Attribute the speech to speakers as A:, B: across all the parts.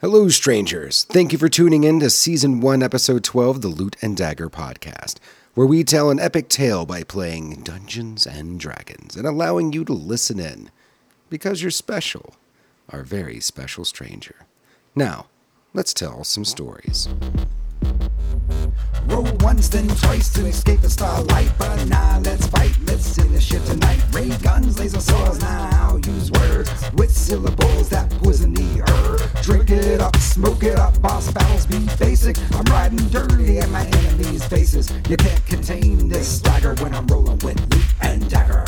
A: Hello, strangers. Thank you for tuning in to Season 1, Episode 12, the Loot and Dagger Podcast, where we tell an epic tale by playing Dungeons and Dragons and allowing you to listen in because you're special, our very special stranger. Now, let's tell some stories.
B: Roll once, then twice to escape the starlight. But nah, let's fight. Let's see this shit tonight. Ray guns, laser swords. Now I'll use words with syllables that poison the earth. Drink it up, smoke it up. Boss battles be basic. I'm riding dirty at my enemies' faces. You can't contain this swagger when I'm rolling with loot and dagger.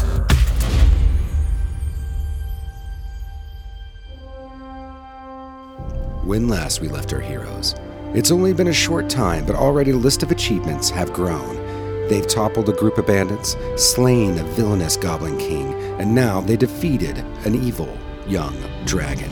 A: When last we left our heroes, it's only been a short time, but already the list of achievements have grown. They've toppled a group of bandits, slain a villainous goblin king, and now they defeated an evil young dragon.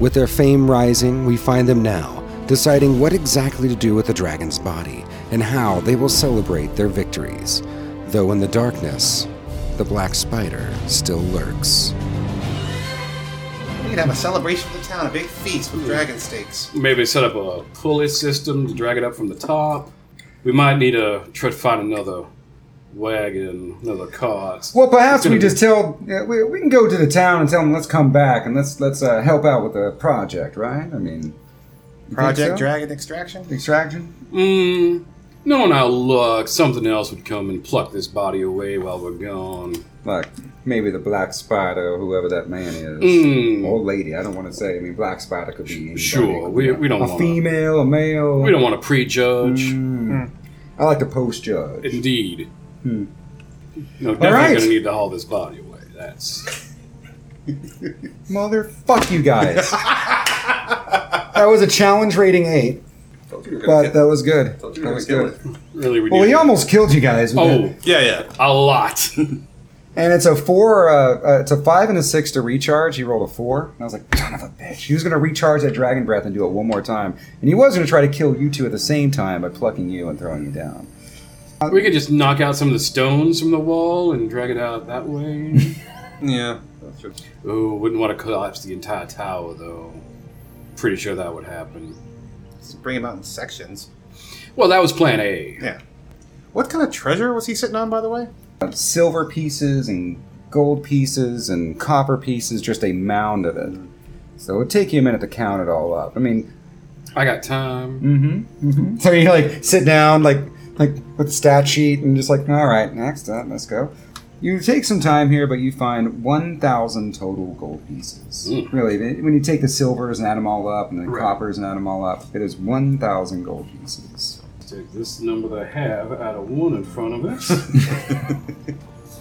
A: With their fame rising, we find them now, deciding what exactly to do with the dragon's body and how they will celebrate their victories. Though in the darkness, the black spider still lurks.
C: We could have a celebration of the town, a big feast with dragon steaks.
D: Maybe set up a pulley system to drag it up from the top. We might need to try to find another wagon, another cart.
E: Well, perhaps
D: It's gonna
E: we
D: be-
E: just tell yeah, we, we can go to the town and tell them let's come back and let's let's uh, help out with the project, right? I mean, you think
C: Project
E: so?
C: Dragon Extraction?
E: extraction.
D: Mm, knowing our luck, something else would come and pluck this body away while we're gone.
E: Like maybe the black spider or whoever that man is,
D: Mm.
E: old lady. I don't want to say. I mean, black spider could be anybody.
D: Sure, we, we don't
E: a
D: want to.
E: female, a male.
D: We don't want to prejudge.
E: Hmm. I like to post judge.
D: Indeed.
E: Hmm.
D: No, definitely
E: right.
D: gonna need to haul this body away. That's
E: Mother, fuck you guys. that was a challenge rating eight, but that was good. That was good.
D: really we
E: Well,
D: need
E: he
D: to-
E: almost killed you guys. with that.
D: Oh,
C: Yeah, yeah.
D: a lot.
E: And it's a four, uh, uh, it's a five and a six to recharge. He rolled a four. And I was like, son of a bitch. He was going to recharge that dragon breath and do it one more time. And he was going to try to kill you two at the same time by plucking you and throwing you down.
D: we could just knock out some of the stones from the wall and drag it out that way.
C: Yeah.
D: Oh, wouldn't want to collapse the entire tower, though. Pretty sure that would happen.
C: Just bring him out in sections.
D: Well, that was plan A.
C: Yeah. What kind of treasure was he sitting on, by the way?
E: Uh, Silver pieces and gold pieces and copper pieces, just a mound of it. So it would take you a minute to count it all up. I mean,
D: I got time.
E: mm-hmm, mm-hmm. so you like sit down, like like with the stat sheet, and just like, all right, next up, let's go. You take some time here, but you find one thousand total gold pieces.
D: Mm.
E: Really, th- when you take the silvers and add them all up, and the
D: Right.
E: coppers and add them all up, it is one thousand gold pieces.
D: Take this number that I have out of one in front of us.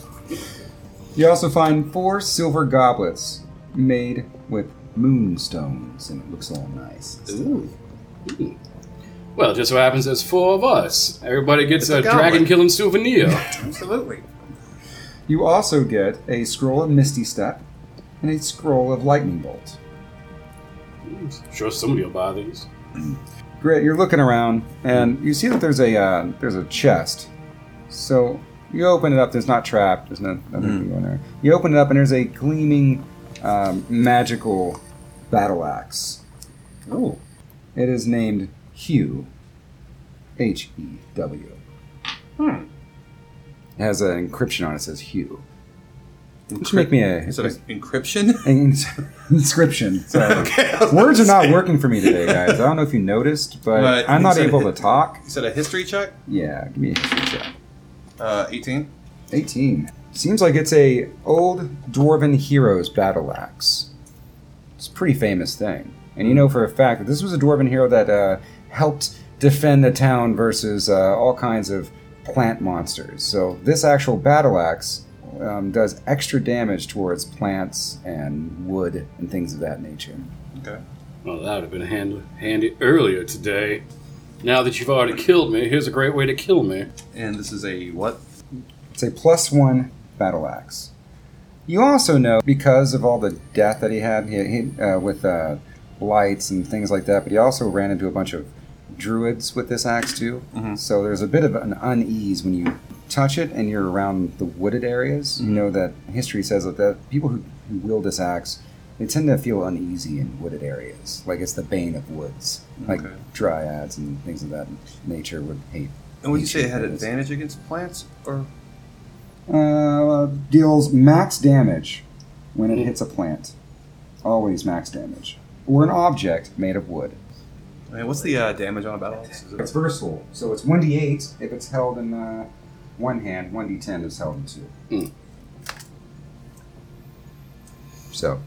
E: You also find four silver goblets made with moonstones, and it looks all nice.
D: Ooh. Hmm. Well, just so happens there's four of us. Everybody gets a,
C: a goblet.
D: dragon killing souvenir.
C: Absolutely.
E: You also get a scroll of Misty Step and a scroll of Lightning Bolt.
D: sure, somebody will buy these.
E: Great, you're looking around and you see that there's a uh, there's a chest. So you open it up. There's not trapped. There's no, nothing
C: Hmm.
E: going there. You open it up and there's a gleaming um, magical battle axe.
C: Ooh.
E: It is named Hugh. H E W.
C: Hmm.
E: It has an encryption on it. that Says Hugh. Just make me a
C: Is it an encryption?
E: an inscription. Sorry.
C: okay. I was
E: Words are
C: gonna
E: not
C: say.
E: working for me today, guys. I don't know if you noticed, but
C: Right.
E: I'm not able to talk.
C: You said a history check?
E: Yeah, give me a history check.
C: Uh, 18.
E: 18. Seems like it's a old dwarven hero's battle axe. It's a pretty famous thing, and you know for a fact that this was a dwarven hero that uh, helped defend a town versus uh, all kinds of plant monsters. So this actual battle axe um, does extra damage towards plants and wood and things of that nature.
C: Okay.
D: Well, that would have been hand- handy earlier today. Now that you've already killed me, here's a great way to kill me.
C: And this is a what?
E: It's a plus one battle axe. You also know because of all the death that he had he, he, uh, with uh, lights and things like that, but he also ran into a bunch of druids with this axe too. So there's a bit of an unease when you touch it and you're around the wooded areas. You know that history says that the people who, who wield this axe They tend to feel uneasy in wooded areas, like it's the bane of woods,
F: Okay.
E: like dryads and things of that nature would hate.
F: And would you say it had
E: Creatures.
F: advantage against plants, or
E: Uh, deals max damage when it
D: Mm.
E: hits a plant. Always max damage. Or an object made of wood.
F: I mean, what's the uh, damage on a battle axe? Is
E: It's
F: it-
E: versatile, so it's 1d8 if it's held in uh, one hand, 1d10 is held in two.
D: Mm.
E: So,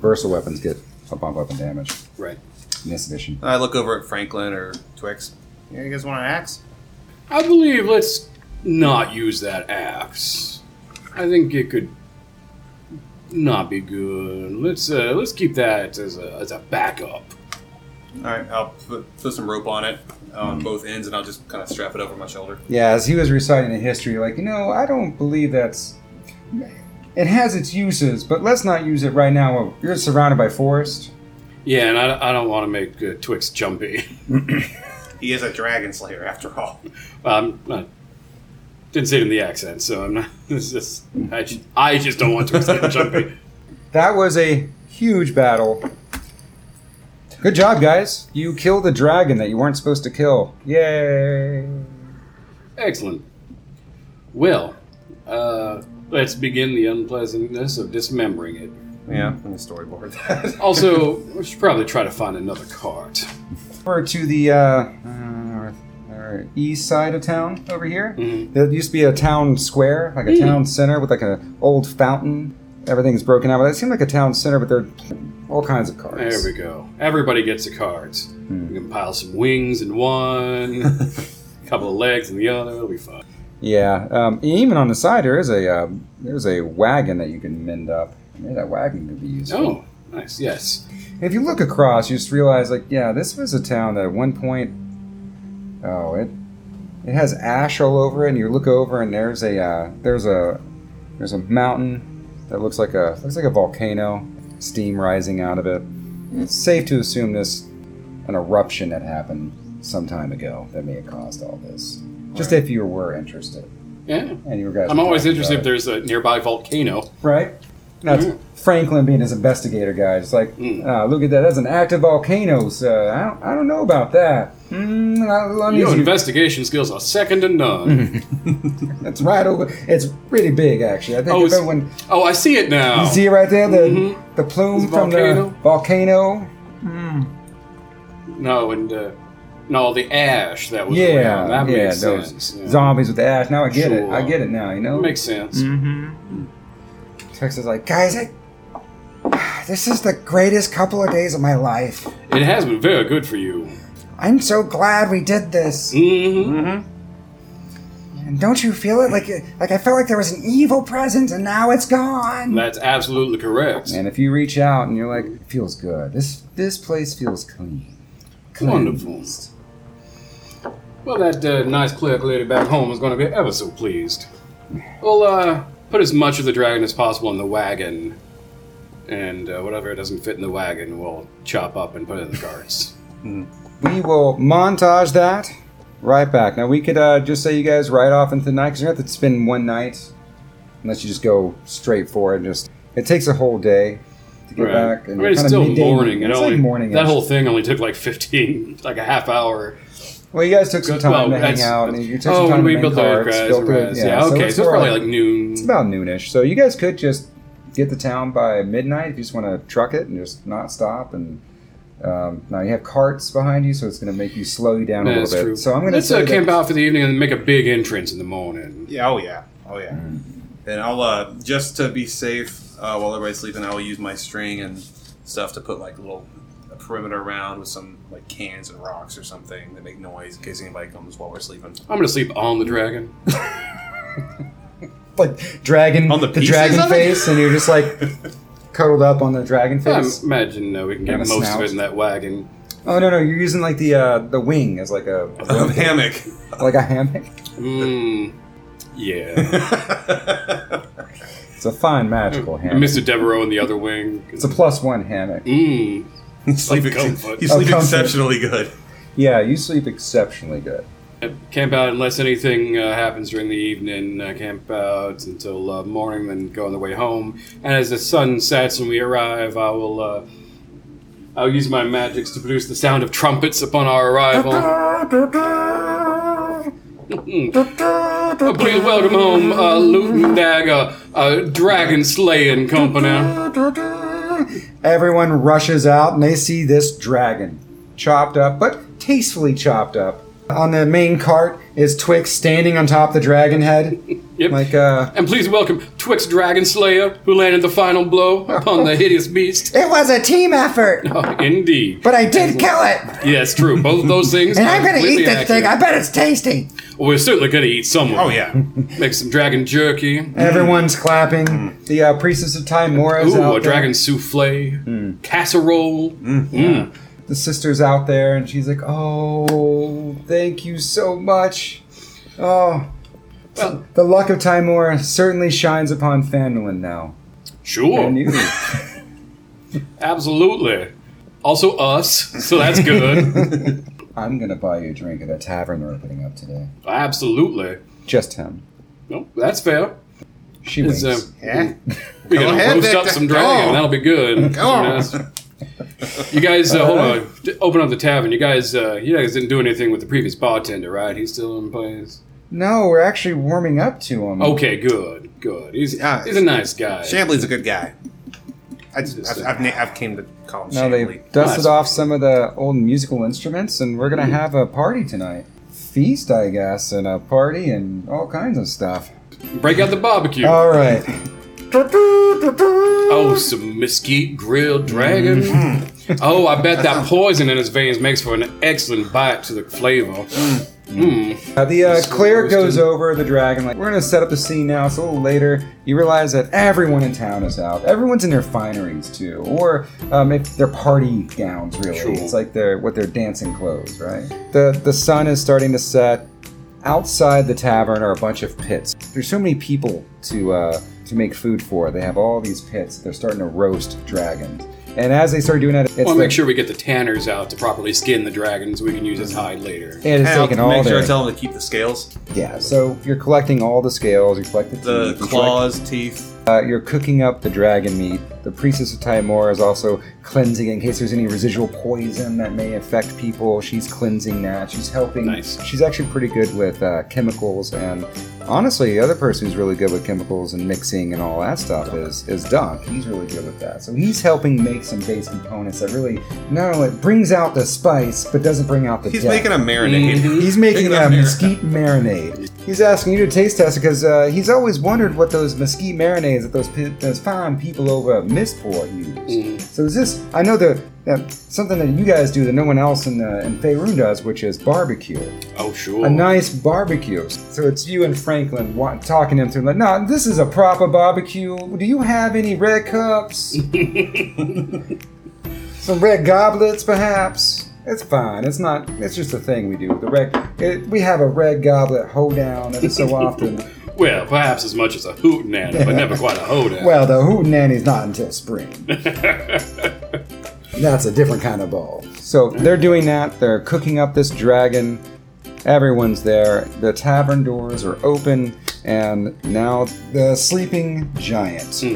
E: versatile weapons get a bump up in damage
D: Right.
E: in this edition.
F: I look over at Franklin or Twix.
C: Yeah, you guys want an axe?
D: I believe let's not use that axe. I think it could not be good. Let's uh, let's keep that as a as a backup.
F: All right, I'll put, put some rope on it uh, on both ends, and I'll just kind of strap it over my shoulder.
E: Yeah, as he was reciting the history, like, you know, I don't believe that's. It has its uses, but let's not use it right now. You're surrounded by forest.
D: Yeah, and I, I don't want to make uh, Twix jumpy.
C: He is a dragon slayer after all.
D: Um, I didn't say it in the accent, so I'm not. It's just I just, I just don't want Twix to get jumpy.
E: That was a huge battle. Good job, guys. You killed a dragon that you weren't supposed to kill. Yay.
D: Excellent. Well, uh, let's begin the unpleasantness of dismembering it.
F: Yeah, I'm gonna storyboard that.
D: Also, we should probably try to find another cart.
E: Over to the uh, uh, or east side of town over here.
D: Mhm.
E: There used to be a town square, like a
D: Mm.
E: town center with like an old fountain. Everything's broken out, but that seemed like a town center, but there are all kinds of cars.
D: There we go. Everybody gets a cart.
E: Hmm.
D: We can pile some wings in one, a couple of legs in the other. It'll be fun.
E: Yeah, um, even on the side there is a uh, there's a wagon that you can mend up. Maybe that wagon could be useful.
D: Oh, nice. Yes.
E: If you look across, you just realize like yeah, this was a town that at one point, oh it it has ash all over it, and you look over and there's a uh, there's a there's a mountain that looks like a looks like a volcano, steam rising out of it. It's safe to assume this an eruption that happened some time ago that may have caused all this. Just if you were interested,
D: Yeah.
E: and you guys.
D: I'm
E: were
D: always
E: talking
D: interested
E: about
D: if
E: it.
D: there's a nearby volcano.
E: right? That's
D: Mhm.
E: Franklin being his investigator guy. It's like,
D: Mm.
E: "Ah, look at that. That's an active volcano. So I don't, I don't know about that. Mm, I, I
D: Your
E: need you. Mm-hmm.
D: investigation skills are second to none.
E: It's right over. It's pretty big, actually. I think
D: Oh,
E: if
D: it's-
E: everyone
D: Oh, I see it now.
E: you see it right there, the
D: Mhm.
E: the plume
D: It's
E: from
D: volcano.
E: the volcano.
D: No, and uh, no, the ash that was
E: Yeah,
D: around. That
E: yeah,
D: makes
E: those
D: sense. Yeah.
E: zombies with the ash. Now I get it. I
D: Sure.
E: get it now. You know,
D: That makes sense.
E: Texas is like, guys, I, this is the greatest couple of days of my life.
D: It has been very good for you.
E: I'm so glad we did this.
D: hmm
E: Mm-hmm. And don't you feel it? Like, like I felt like there was an evil presence, and now it's gone.
D: That's absolutely correct.
E: And if you reach out and you're like, it feels good. This this place feels clean.
D: Wonderful.
E: Cleansed.
D: Well, that uh, nice cleric lady back home is going to be ever so pleased. We'll uh, put as much of the dragon as possible in the wagon, and uh, whatever doesn't fit in the wagon, we'll chop up and put in the carts.
E: We will montage that right back. Now we could uh, just say you guys ride off into the night because you have to spend one night, unless you just go straight for it. and Just it takes a whole day to get back.
D: I
E: and
D: mean, it's
E: kinda
D: still
E: midday-
D: morning. It
E: It's
D: only,
E: like morning.
D: That whole thing only took like fifteen, like a half hour.
E: well, you guys took some
D: Well,
E: time to hang
D: that's-
E: out, and you took
D: oh,
E: some time
D: we
E: to make
D: built
E: cards,
D: the
E: built
D: guys.
E: the-
D: Yeah, okay, so it's
E: more
D: probably like noon.
E: It's about noonish, so you guys could just get to town by midnight if you just want to truck it and just not stop. And um, now you have carts behind you, so it's going to make you slow you down a
D: Yeah,
E: little
D: that's
E: bit.
D: true.
E: So I'm going to
D: Let's uh,
E: say that-
D: camp out for the evening and make a big entrance in the morning.
C: Yeah, oh yeah. Oh yeah.
F: And I'll uh, just to be safe uh, while everybody's sleeping, I will use my string and stuff to put like little a perimeter around with some like cans and rocks or something that make noise in case anybody comes while we're sleeping.
D: I'm gonna sleep on the
E: Mm.
D: dragon.
E: like dragon
F: On the pieces
E: dragon
F: of it?
E: face, and you're just like cuddled up on the dragon
D: I
E: face.
D: imagine uh, we can get
E: Kinda
D: most of
E: snout.
D: it in that wagon.
E: oh no, no, you're using like the uh, the wing as like a
F: Um, hammock.
E: like a hammock.
D: Mmm. Yeah.
E: It's a fine magical hammock.
D: Mr. Devereaux in the other wing.
E: It's a plus one hammock.
D: Mmm.
F: He's sleeping,
D: comfort.
F: he's
E: Oh,
F: sleeping
E: comfort.
F: exceptionally good.
E: Yeah, you sleep exceptionally good.
D: Uh, Camp out unless anything uh, happens during the evening. Uh, camp out until uh, morning, then go on the way home. And as the sun sets and we arrive, I will uh, I'll use my magics to produce the sound of trumpets upon our arrival. Please welcome home uh, Loot and Dagger, uh, Dragon Slaying Company.
E: Everyone rushes out and they see this dragon, chopped up, but tastefully chopped up. On the main cart is Twix standing on top of the dragon head.
D: Yep.
E: Like, uh,
D: And please welcome Twix Dragon Slayer, who landed the final blow upon the hideous beast.
E: it was a team effort,
D: Oh, indeed.
E: but I did kill it,
D: Yes, true. Both of those things.
E: and
D: are
E: I'm gonna eat
D: completely
E: this
D: accurate.
E: thing. I bet it's tasty.
D: Well, we're certainly gonna eat someone.
F: Oh yeah,
D: Make some dragon jerky.
E: Everyone's clapping. The uh, priestess of time, Mora's out.
D: Ooh,
E: there.
D: a
E: Hmm.
D: dragon souffle, casserole. Mm.
E: The sister's out there, and she's like, "Oh, thank you so much. Oh,
D: Well-
E: the luck of Timora certainly shines upon Fandolin now."
D: Sure,
E: And you-
D: absolutely. Also us, so that's good.
E: I'm gonna buy you a drink at a tavern they're opening up today.
D: absolutely.
E: Just him.
D: No, that's fair.
E: She
D: It's,
E: winks.
D: uh,
C: Yeah.
D: we gotta
C: ahead,
D: roast up
C: Victor.
D: some dragon.
C: Go.
D: That'll be good. Go
C: on.
D: You guys, uh, hold on. D- Open up the tavern. You guys, uh, you guys didn't do anything with the previous bartender, right? He's still in place.
E: no, we're actually warming up to him.
D: Okay, good, good. He's
F: Yeah.
D: he's a nice guy.
F: Shambly's a good guy. I just, I've, I've, na- I've came to call him
E: Now
F: Shambly.
E: they've dusted off some of the old musical instruments, and we're gonna have a party tonight. Feast, I guess, and a party and all kinds of stuff.
D: Break out the barbecue.
E: All right.
D: Oh, some mesquite grilled dragon. Oh, I bet that poison in his veins makes for an excellent bite to the flavor.
E: Uh, the uh,
D: Slow
E: cleric goes
D: roasted.
E: over the dragon. Like we're gonna set up the scene now. It's a little later. You realize that everyone in town is out. Everyone's in their fineries too, or um, if their party gowns. Really,
D: Sure.
E: it's like their what their dancing clothes, right? The the sun is starting to set. Outside the tavern are a bunch of pits. There's so many people to uh, to make food for. They have all these pits. They're starting to roast dragons. And as they start doing that, it's
D: I want to
E: like
D: make sure we get the tanners out to properly skin the dragon so we can use his hide later.
E: it is
F: Hey, I'll
E: taking all
F: make sure
E: their
F: I tell him to keep the scales,
E: yeah. So you're collecting all the scales. You collect the,
F: the
E: teeth, you collect-
F: claws, teeth.
E: Uh, you're cooking up the dragon meat. The priestess of Timor is also cleansing in case there's any residual poison that may affect people. She's cleansing that. She's helping.
D: Nice.
E: She's actually pretty good with uh, chemicals. And honestly, the other person who's really good with chemicals and mixing and all that stuff is is Dunk. He's really good with that. So he's helping make some base components that really not only brings out the spice, but doesn't bring out the.
F: He's
E: death.
F: making a marinade.
E: He's making a
F: Making a marinade.
E: mesquite marinade. He's asking you to taste test because uh, he's always wondered what those mesquite marinades that those pe- those fine people over at Misport use. So is this? I know the uh, something that you guys do that no one else in uh, in Faerun does, which is barbecue.
D: Oh, sure.
E: A nice barbecue. So it's you and Franklin wa- talking him through like, no, this is a proper barbecue. Do you have any red cups? Some red goblets, perhaps. It's fine. It's not. It's just a thing we do. The red. It, we have a red goblet hoedown every so often.
D: Well, perhaps as much as a hootenanny, but never quite a hoedown.
E: well, the hootenanny's not until spring. That's a different kind of ball. So they're doing that. They're cooking up this dragon. Everyone's there. The tavern doors are open, and now the sleeping giant.
D: Hmm.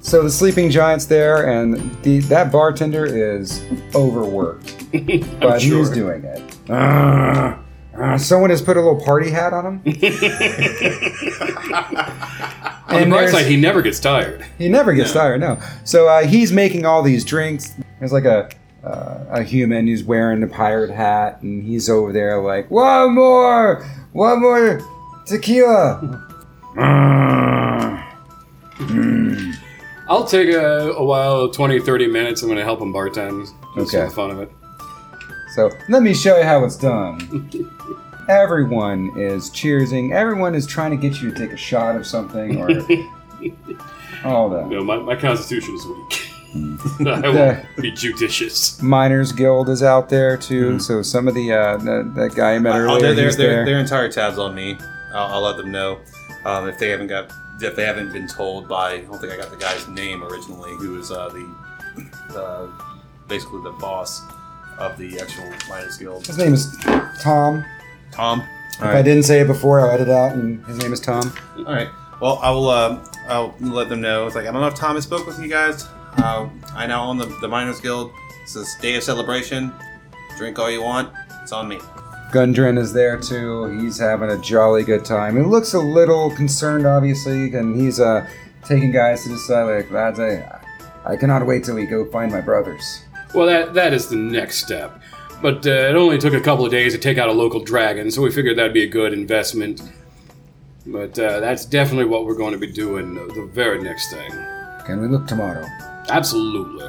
E: So the sleeping giant's there, and the that bartender is overworked, but he's
D: sure.
E: doing it. Ah, ah, someone has put a little party hat on him.
D: On the bright
E: there's-
D: side, he never gets tired.
E: he never gets tired, no. So uh, he's making all these drinks. There's like a uh, a human who's wearing a pirate hat, and he's over there like, one more, one more tequila.
D: I'll take a, a while, 20, 30 minutes. I'm going to help him bartend. Just
E: Okay.
D: for the fun of it.
E: So let me show you how it's done. Everyone is cheersing. Everyone is trying to get you to take a shot of something or all that.
D: You know, my, my constitution is weak. I will
E: There.
D: be judicious.
E: Miners Guild is out there too. So some of the uh, that, that guy I met earlier.
F: Oh, their, their,
E: he's
F: their,
E: Mm-hmm. there.
F: their entire tab's on me. I'll, I'll let them know um, if they haven't got if they haven't been told by. I don't think I got the guy's name originally, who was uh, the, the basically the boss of the actual Miners Guild.
E: His name is Tom.
F: Tom.
E: If I didn't say it before, I'll edit out, and his name is Tom.
F: All right. Well, I will. Uh, I'll let them know. It's like I don't know if Tom has spoke with you guys. Uh, I now own the, the Miners Guild. It's this day of celebration. Drink all you want. It's on me.
E: Gundren is there too. He's having a jolly good time. He looks a little concerned, obviously, and he's uh, taking guys to the side. Like, lads, I, I cannot wait till we go find my brothers.
D: Well, that that is the next step. But uh, it only took a couple of days to take out a local dragon, so we figured that'd be a good investment. But uh, that's definitely what we're going to be doing the the very next thing.
E: Can we look tomorrow?
D: Absolutely.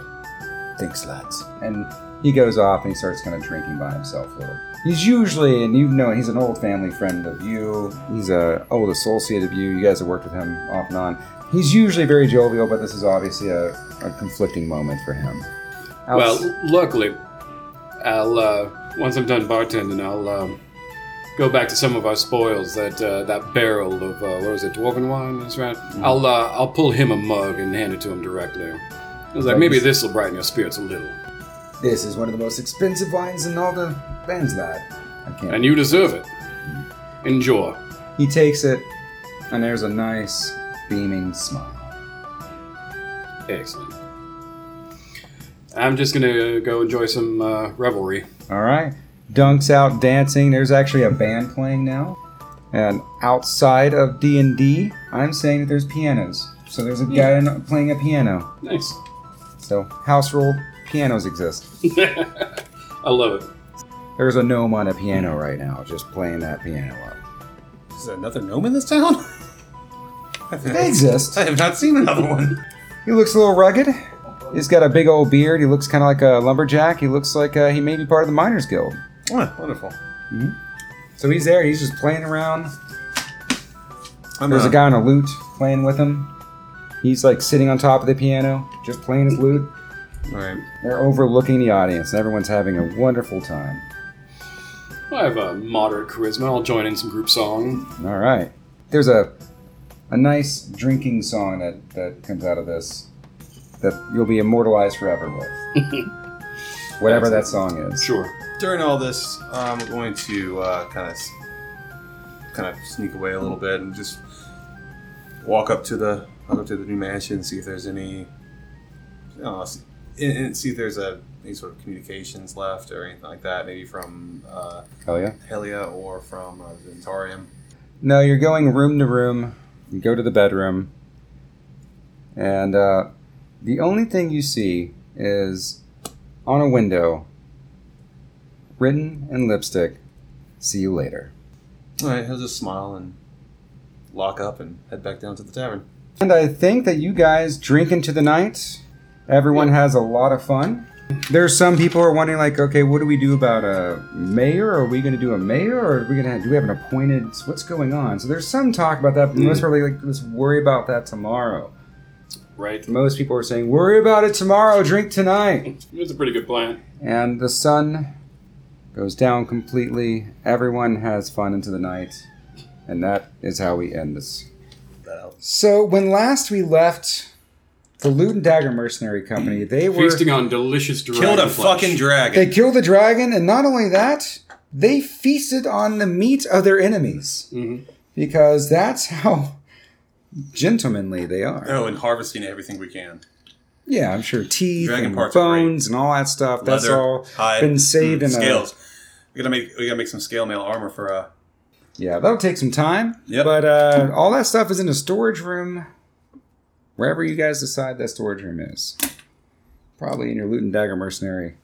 E: Thanks, lads. And he goes off and he starts kind of drinking by himself a little. He's usually, and you know, he's an old family friend of you. He's a old associate of you. You guys have worked with him off and on. He's usually very jovial, but this is obviously a, a conflicting moment for him. Outs-
D: Well, luckily, I'll uh, once I'm done bartending, I'll um, go back to some of our spoils. That uh, that barrel of uh, what was it, dwarven wine? That's right. I'll uh, I'll pull him a mug and hand it to him directly. I was like,
E: Right.
D: maybe this will brighten your spirits a little,
E: this is one of the most expensive wines in all the lands, lad. I can't.
D: and you deserve it. Enjoy.
E: He takes it, and there's a nice beaming smile.
D: Excellent. I'm just gonna go enjoy some uh, revelry.
E: All right, Dunk's out dancing. There's actually a band playing now, and outside of D and D, I'm saying that there's pianos. So there's a guy in- playing a piano.
D: Nice.
E: So house rule, pianos exist.
D: I love it.
E: There's a gnome on a piano right now, just playing that piano up.
F: Is there another gnome in this town?
E: They exist.
F: I have not seen another one.
E: He looks a little rugged. He's got a big old beard. He looks kind of like a lumberjack. He looks like uh, he may be part of the miners guild.
F: Oh, wonderful.
E: So he's there. He's just playing around.
F: I'm uh,
E: There's a
F: not-
E: guy on a lute playing with him. He's like sitting on top of the piano, just playing his lute.
F: All right.
E: They're overlooking the audience, and everyone's having a wonderful time.
D: I have a moderate charisma. I'll join in some group song.
E: All right. There's a a nice drinking song that that comes out of this that you'll be immortalized forever with. Whatever that song is.
D: Sure.
F: During all this, I'm going to uh, kind of kind of sneak away a little bit and just walk up to the walk up to the new mansion and see if there's any you know, see, and, and see if there's a any sort of communications left or anything like that, maybe from uh,
E: Hell yeah.
F: Helia or from uh, Ventarium.
E: No, you're going room to room. You go to the bedroom, and uh, the only thing you see is on a window, written in lipstick, "See you later."
F: All right, he'll just smile and lock up and head back down to the tavern.
E: And I think that you guys drink into the night. Everyone has a lot of fun. There's some people who are wondering, like, okay, what do we do about a mayor? Are we going to do a mayor, or are we going to do we have an appointed? What's going on? So there's some talk about that. But most probably, like, let's worry about that tomorrow.
D: Right.
E: Most people are saying, worry about it tomorrow, drink tonight.
D: It's a pretty good plan.
E: And the sun goes down completely. Everyone has fun into the night. And that is how we end this. So, when last we left the Loot and Dagger Mercenary Company,
F: Mm.
E: they were.
D: Feasting on delicious dragon
F: Killed a
D: flesh.
F: fucking dragon.
E: They killed the dragon, and not only that, they feasted on the meat of their enemies.
D: Mhm.
E: Because that's how gentlemanly they are.
F: Oh, and harvesting everything we can.
E: Yeah, I'm sure teeth
F: Dragon
E: and
F: parts are great.
E: bones and all that stuff. that's
F: Leather,
E: all
F: hide,
E: been saved
F: mm,
E: in
F: scales. We gotta make we gotta make some scale mail armor for uh
E: a yeah. That'll take some time.
F: Yep.
E: But uh, all that stuff is in a storage room, wherever you guys decide that storage room is. Probably in your loot and dagger mercenary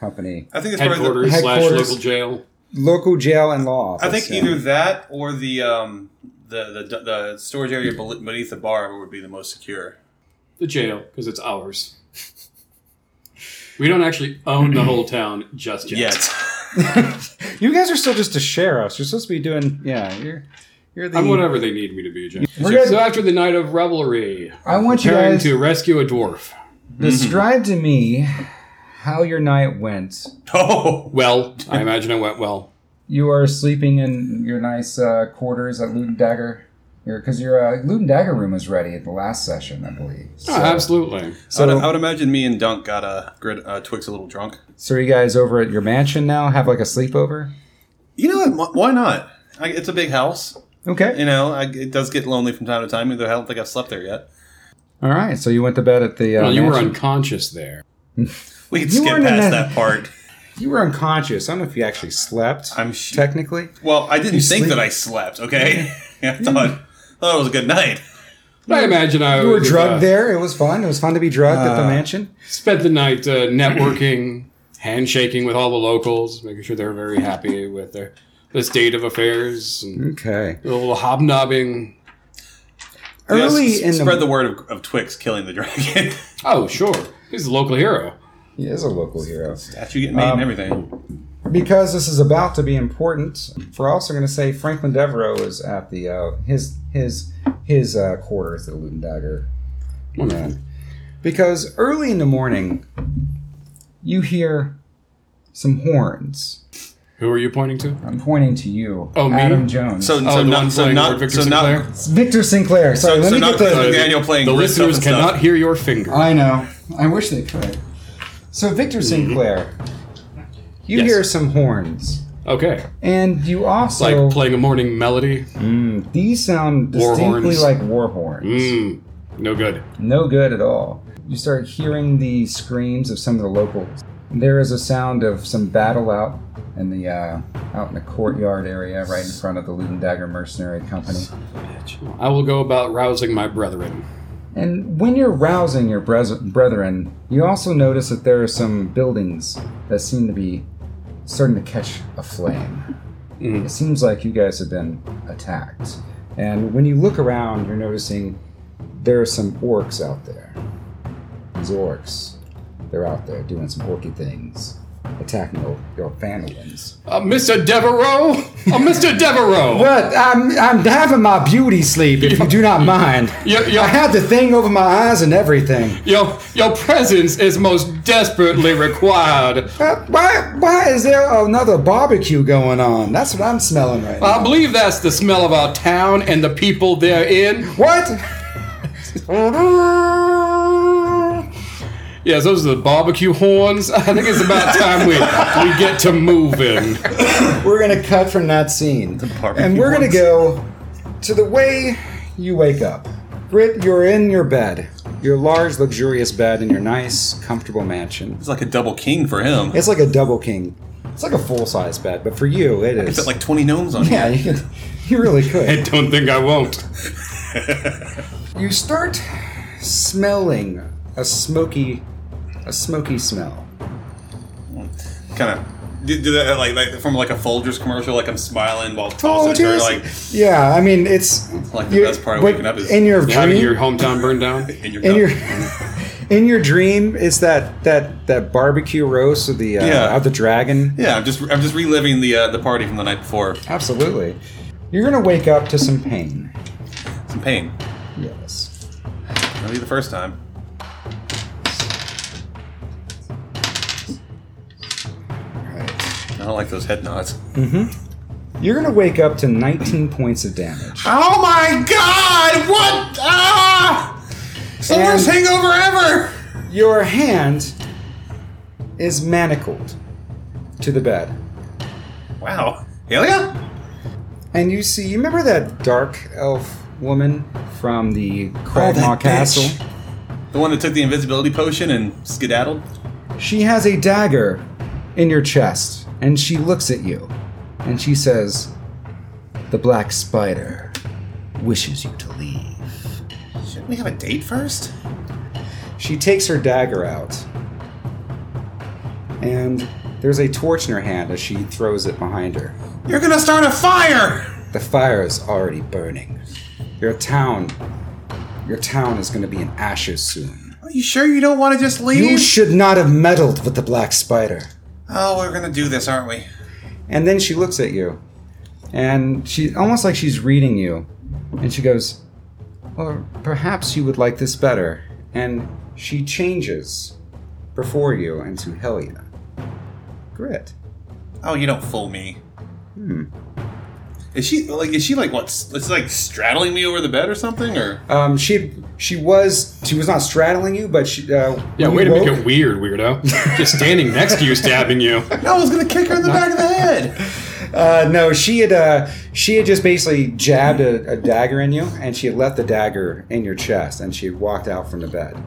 E: company,
F: I think it's probably
D: Headquarters,
F: the,
D: slash
E: Headquarters.
D: local jail.
E: local jail and law. Office,
F: I think
E: yeah.
F: either that or the um the the, the storage area bel- beneath the bar would be the most secure.
D: The jail, because it's ours. We don't actually own the whole town just yet.
F: Yet.
E: you guys are still just a sheriff. You're supposed to be doing yeah. You're you're the.
D: I'm whatever they need me to be, Jack.
E: We're
D: So,
E: good.
D: so after the night of revelry,
E: I want you
D: preparing
E: guys
D: to rescue a dwarf.
E: Mm-hmm. describe to me how your night went.
F: Oh,
D: Well, I imagine it went well.
E: You are sleeping in your nice uh, quarters at Loot and Dagger. Because your uh, Loot and Dagger room was ready at the last session, I believe. So,
D: Oh, absolutely.
F: I, would,
E: so,
F: I would imagine me and Dunk got a grid uh, Twix a little drunk.
E: so are you guys over at your mansion now? Have like a sleepover?
F: You know what? Why not? I, it's a big house.
E: Okay.
F: You know, I, it does get lonely from time to time. Though I don't think I've slept there yet.
E: All right. So you went to bed at the. Uh,
D: Well, you were
E: mansion.
D: unconscious there.
F: We
E: You
F: can skip
E: weren't in
F: past
E: that-
F: that part.
E: you were unconscious. I don't know if you actually slept.
F: I'm sh-
E: technically.
F: Well, I didn't
E: You
F: think
E: sleep.
F: that I slept. Okay, I thought, thought it was a good night.
D: I imagine I
E: You were
D: was,
E: drugged
D: uh,
E: there. It was fun. It was fun to be drugged at the mansion.
D: Spent the night uh, networking, handshaking with all the locals, making sure they're very happy with their the state of affairs, and
E: Okay.
D: a little hobnobbing.
F: You know,
E: Early
F: s-
E: in
F: spread
E: the,
F: the, word of, of Twix killing the dragon.
D: Oh, sure, he's a local hero.
E: he is a local hero.
F: Statue getting made
E: Um,
F: and everything.
E: Because this is about to be important, we're also going to say Franklin Devereaux is at the uh, his his his uh, quarters at the Loot and Dagger. Yeah. Because early in the morning, you hear some horns.
D: Who are you pointing to?
E: I'm pointing to you,
D: Oh, me?
E: Adam Jones.
F: So,
D: Oh,
F: so
D: the one
F: not so
D: playing
F: not
D: Lord Victor
F: so
D: Sinclair?
F: not
E: It's Victor Sinclair. Sorry,
F: so,
E: let
F: so
E: me
F: not
E: get the.
F: the, Daniel playing.
D: The
F: Grim Stuff
D: listeners
F: and Stuff.
D: cannot hear your finger.
E: I know. I wish they could. So Victor Sinclair, you
D: Yes.
E: hear some horns,
D: okay,
E: and you
D: like
E: also
D: playing a morning melody.
E: Mm, these sound
D: War
E: distinctly
D: horns.
E: like war horns.
D: Mm, no good.
E: No good at all. You start hearing the screams of some of the locals. There is a sound of some battle out in the uh, out in the courtyard area, right in front of the Loot and Dagger Mercenary Company.
D: I will go about rousing my brethren.
E: And when you're rousing your bres- brethren, you also notice that there are some buildings that seem to be starting to catch a flame. It seems like you guys have been attacked. And when you look around, you're noticing there are some orcs out there. These orcs, they're out there doing some orky things, attacking your, your families.
D: Uh, Mr. Devereaux, uh, Mr. Devereaux.
E: But I'm, I'm having my beauty sleep, if you do not mind.
D: Yeah, yeah.
E: I had the thing over my eyes and everything.
D: Your your presence is most desperately required.
E: Uh, Why, why is there another barbecue going on? That's what I'm smelling right
F: Uh,
E: now.
D: I believe that's the smell of our town and the people therein.
E: What?
D: Yes, those are the barbecue horns. I think it's about time we we get to moving.
E: We're gonna cut from that scene,
F: barbecue
E: and we're gonna
F: ones.
E: go to the way you wake up. Britt, you're in your bed, your large, luxurious bed in your nice, comfortable mansion.
F: It's like a double king for him.
E: It's like a double king. It's like a full size bed, but for you, it
F: He's got
E: is.
F: like twenty gnomes on
E: Yeah,
F: him.
E: you, you really could.
D: I don't think I won't.
E: you start smelling a smoky, a smoky smell.
F: Kind of do, do that like, like from like a Folgers commercial. Like I'm smiling while
E: Told
F: tossing her.
E: you.
F: Like
E: yeah, I mean, it's
F: like the
E: you-
F: best part of
E: but
F: waking up is
E: in your
D: Having your
E: dream.
D: hometown burned down.
F: in your,
E: In
F: cup.
E: your in your dream, it's that that that barbecue roast of the uh,
F: Yeah.
E: of the dragon.
F: yeah. I'm just I'm just reliving the uh, the party from the night before.
E: Absolutely, you're gonna wake up to some pain.
F: Some pain.
E: Yes.
F: That'll be the first time.
E: Right.
F: I don't like those head nods.
E: You're gonna wake up to 19 points of damage.
F: Oh my god! What? Ah! It's the
E: And-
F: worst hangover ever!
E: Your hand is manacled to the bed,
F: Wow. Helia?
E: and you see. You remember that dark elf woman from the
F: Oh,
E: Cragmaw Castle?
F: The one that took the invisibility potion and skedaddled?
E: She has a dagger in your chest, and she looks at you, and she says, The black spider wishes you to leave.
F: Shouldn't we have a date first?
E: She takes her dagger out, and there's a torch in her hand as she throws it behind her.
F: You're gonna start a fire!
E: The fire is already burning. Your town, your town is going to be in ashes soon.
F: Are you sure you don't want to just leave?
E: You should not have meddled with the black spider.
F: oh, we're gonna do this, aren't we?
E: And then she looks at you, and she almost like she's reading you, and she goes, "Or perhaps you would like this better." And she changes before you into Helia. Grit.
F: Oh, you don't fool me. Hmm. Is she like? Is she like what? It's like straddling me over the bed or something, or
E: Um, she she was she was not straddling you, but she uh,
D: Yeah,
E: when
D: way
E: you
D: to make
E: woke-
D: it weird, weirdo. Just standing next to you, stabbing you.
F: no? I was gonna kick her in the back of the head.
E: Uh, no, she had uh, she had just basically jabbed a, a dagger in you, and she had left the dagger in your chest, and she had walked out from the bed,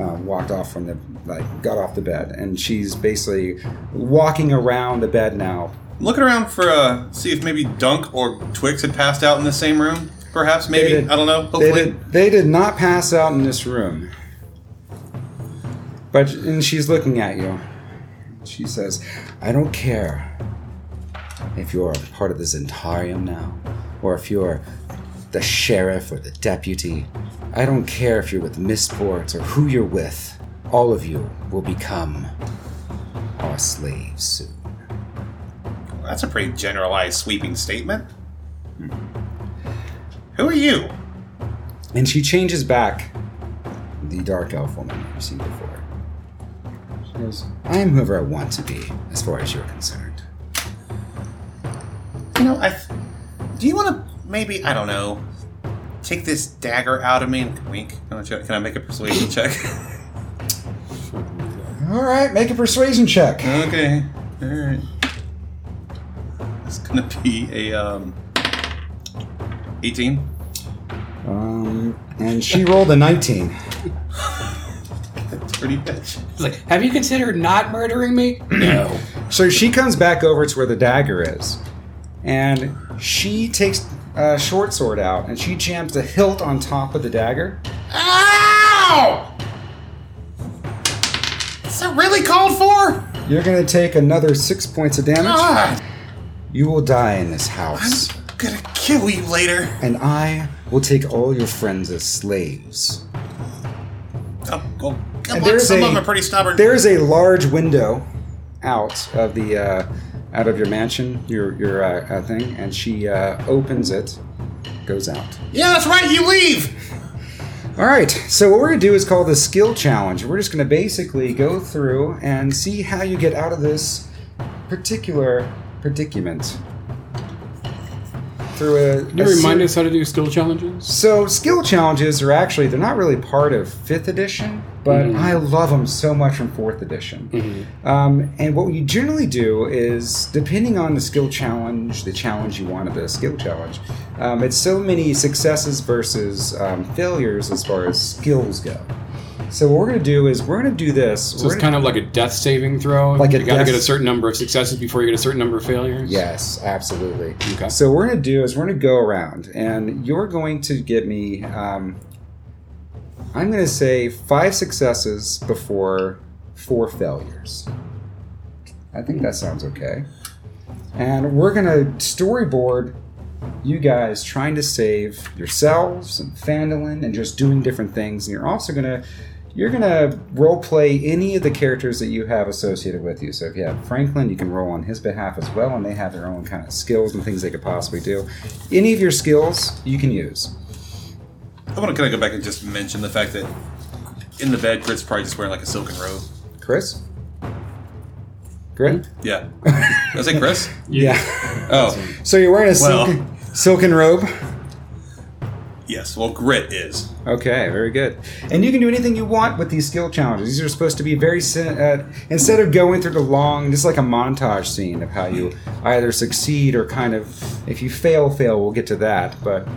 E: uh, walked off from the like got off the bed, and she's basically walking around the bed now.
F: Looking around for uh, see if maybe Dunk or Twix had passed out in the same room. Perhaps, maybe
E: did.
F: I don't know.
E: They
F: Hopefully,
E: did, they did not pass out in this room, but and she's looking at you. She says, "I don't care if you're a part of the Zentarium now, or if you're the sheriff or the deputy. I don't care if you're with Mistports or who you're with. All of you will become our slaves soon."
F: that's a pretty generalized, sweeping statement. Hmm. Who are you?
E: And she changes back the dark elf woman you've seen before. She goes, I am whoever I want to be, as far as you're concerned.
F: You know, I. Do you want to maybe I don't know? Take this dagger out of me and wink. Can I, check- can I make a persuasion check?
E: All right, make a persuasion check.
F: okay. All right. It's gonna be a um. Eighteen.
E: Um, and she rolled a 19.
F: Pretty bitch.
D: It's like, have you considered not murdering me? No.
E: So she comes back over to where the dagger is, and she takes a short sword out and she jams the hilt on top of the dagger.
F: Ow! Is that really called for?
E: You're gonna take another six points of damage.
F: God,
E: You will die in this house.
F: Ah! I'm gonna kill you later.
E: and I will take all your friends as slaves.
F: Oh, go. Good
E: And
F: luck.
E: there's
F: Some
E: a-
F: of them are pretty stubborn.
E: There is a large window out of the uh, out of your mansion, your your uh, uh, thing, and she uh, opens it, goes out.
F: Yeah, that's right. You leave.
E: All right, so what we're gonna do is call the skill challenge. We're just gonna basically go through and see how you get out of this particular predicament through a.
D: Can you remind us how to do skill challenges?
E: So skill challenges are actually they're not really part of fifth edition, but
D: Mm-hmm.
E: I love them so much from fourth edition. Um, and what you generally do is, depending on the skill challenge, the challenge you want of the skill challenge, um, it's so many successes versus um, failures as far as skills go. So what we're going to do is we're going to do this.
D: So it's kind of like a death saving throw.
E: Like a
D: you gotta
E: death-
D: get a certain number of successes before you get a certain number of failures.
E: yes, absolutely.
D: Okay.
E: So what we're gonna do is we're gonna go around, and you're going to get me. Um, I'm gonna say five successes before four failures. I think that sounds okay. And we're gonna storyboard you guys trying to save yourselves and Fandolin and just doing different things. And you're also gonna you're gonna role play any of the characters that you have associated with you. So if you have Franklin, you can roll on his behalf as well, and they have their own kind of skills and things they could possibly do. Any of your skills you can use.
F: I want to kind of go back and just mention the fact that in the bed, Chris probably just wearing like a silken robe.
E: Chris? Great?
F: Yeah. Did I say Chris?
E: Yeah.
F: Oh,
E: So you're wearing a
F: Well.
E: silken, silken robe.
F: yes. Well, grit is.
E: Okay, very good. And you can do anything you want with these skill challenges. These are supposed to be very si- uh, instead of going through the long. This is like a montage scene of how you either succeed or kind of if you fail, fail. We'll get to that, but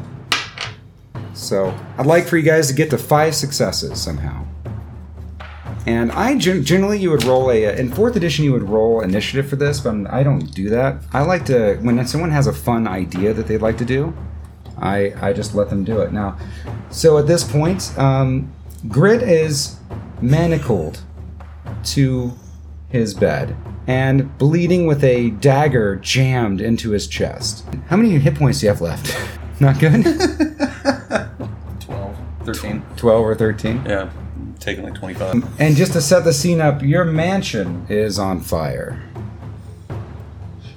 E: so I'd like for you guys to get to five successes somehow. And I gen- generally you would roll a uh, in fourth edition you would roll initiative for this, but I don't do that. I like to when someone has a fun idea that they'd like to do, I I just let them do it. Now, so at this point, um, Grit is manacled to his bed and bleeding with a dagger jammed into his chest. How many hit points do you have left? Not good.
F: 12, 13.
E: Twelve or thirteen.
F: Yeah. Taking like 25.
E: And just to set the scene up, your mansion is on fire.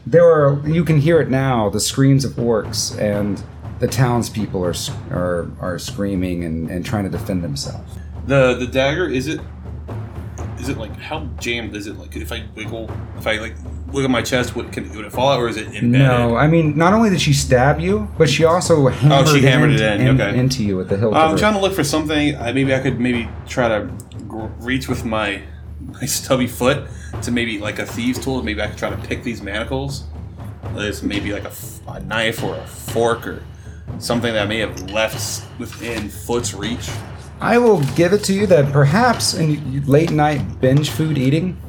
E: There are you can hear it now, the screams of orcs and the townspeople are are, are screaming and, and trying to defend themselves.
F: The the dagger is it? Is it like how jammed is it? Like if I wiggle, if I like wiggle my chest, would can would it fall out or is it embedded?
E: No, I mean not only did she stab you, but she also hammered,
F: Oh, she hammered
E: in-
F: it in, okay. Um,
E: into you with the hilt. of
F: Uh, I'm
E: her-
F: trying to look for something. I, maybe I could maybe try to gr- reach with my my stubby foot to maybe like a thieves tool. Maybe I could try to pick these manacles There's maybe like a, f- a knife or a fork or something that may have left s- within foot's reach.
E: I will give it to you that perhaps in y- late night binge food eating,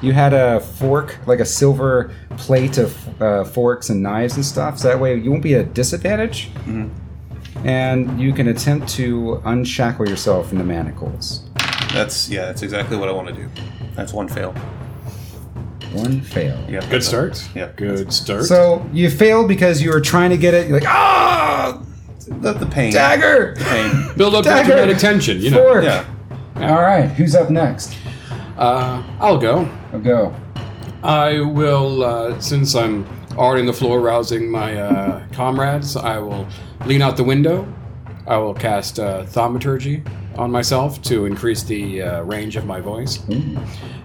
E: you had a fork, like a silver plate of uh, forks and knives and stuff. So that way you won't be at a disadvantage.
F: Mm-hmm.
E: And you can attempt to unshackle yourself from the manacles.
F: That's yeah. That's exactly what I want to do. That's one fail.
E: One fail.
F: Yeah.
D: Good
F: that's-
D: start.
F: Yeah.
D: Good start.
E: So you failed because you were trying to get it. You're like, ah,
F: The, the pain.
E: dagger!
F: Pain.
D: Build up that
E: Dagger!
D: dramatic tension, you know.
E: Fork!
F: Yeah.
E: All right, who's up next?
D: Uh, I'll go.
E: I'll go.
D: I will, uh, since I'm already on the floor rousing my uh, comrades, I will lean out the window. I will cast uh, Thaumaturgy on myself to increase the uh, range of my voice.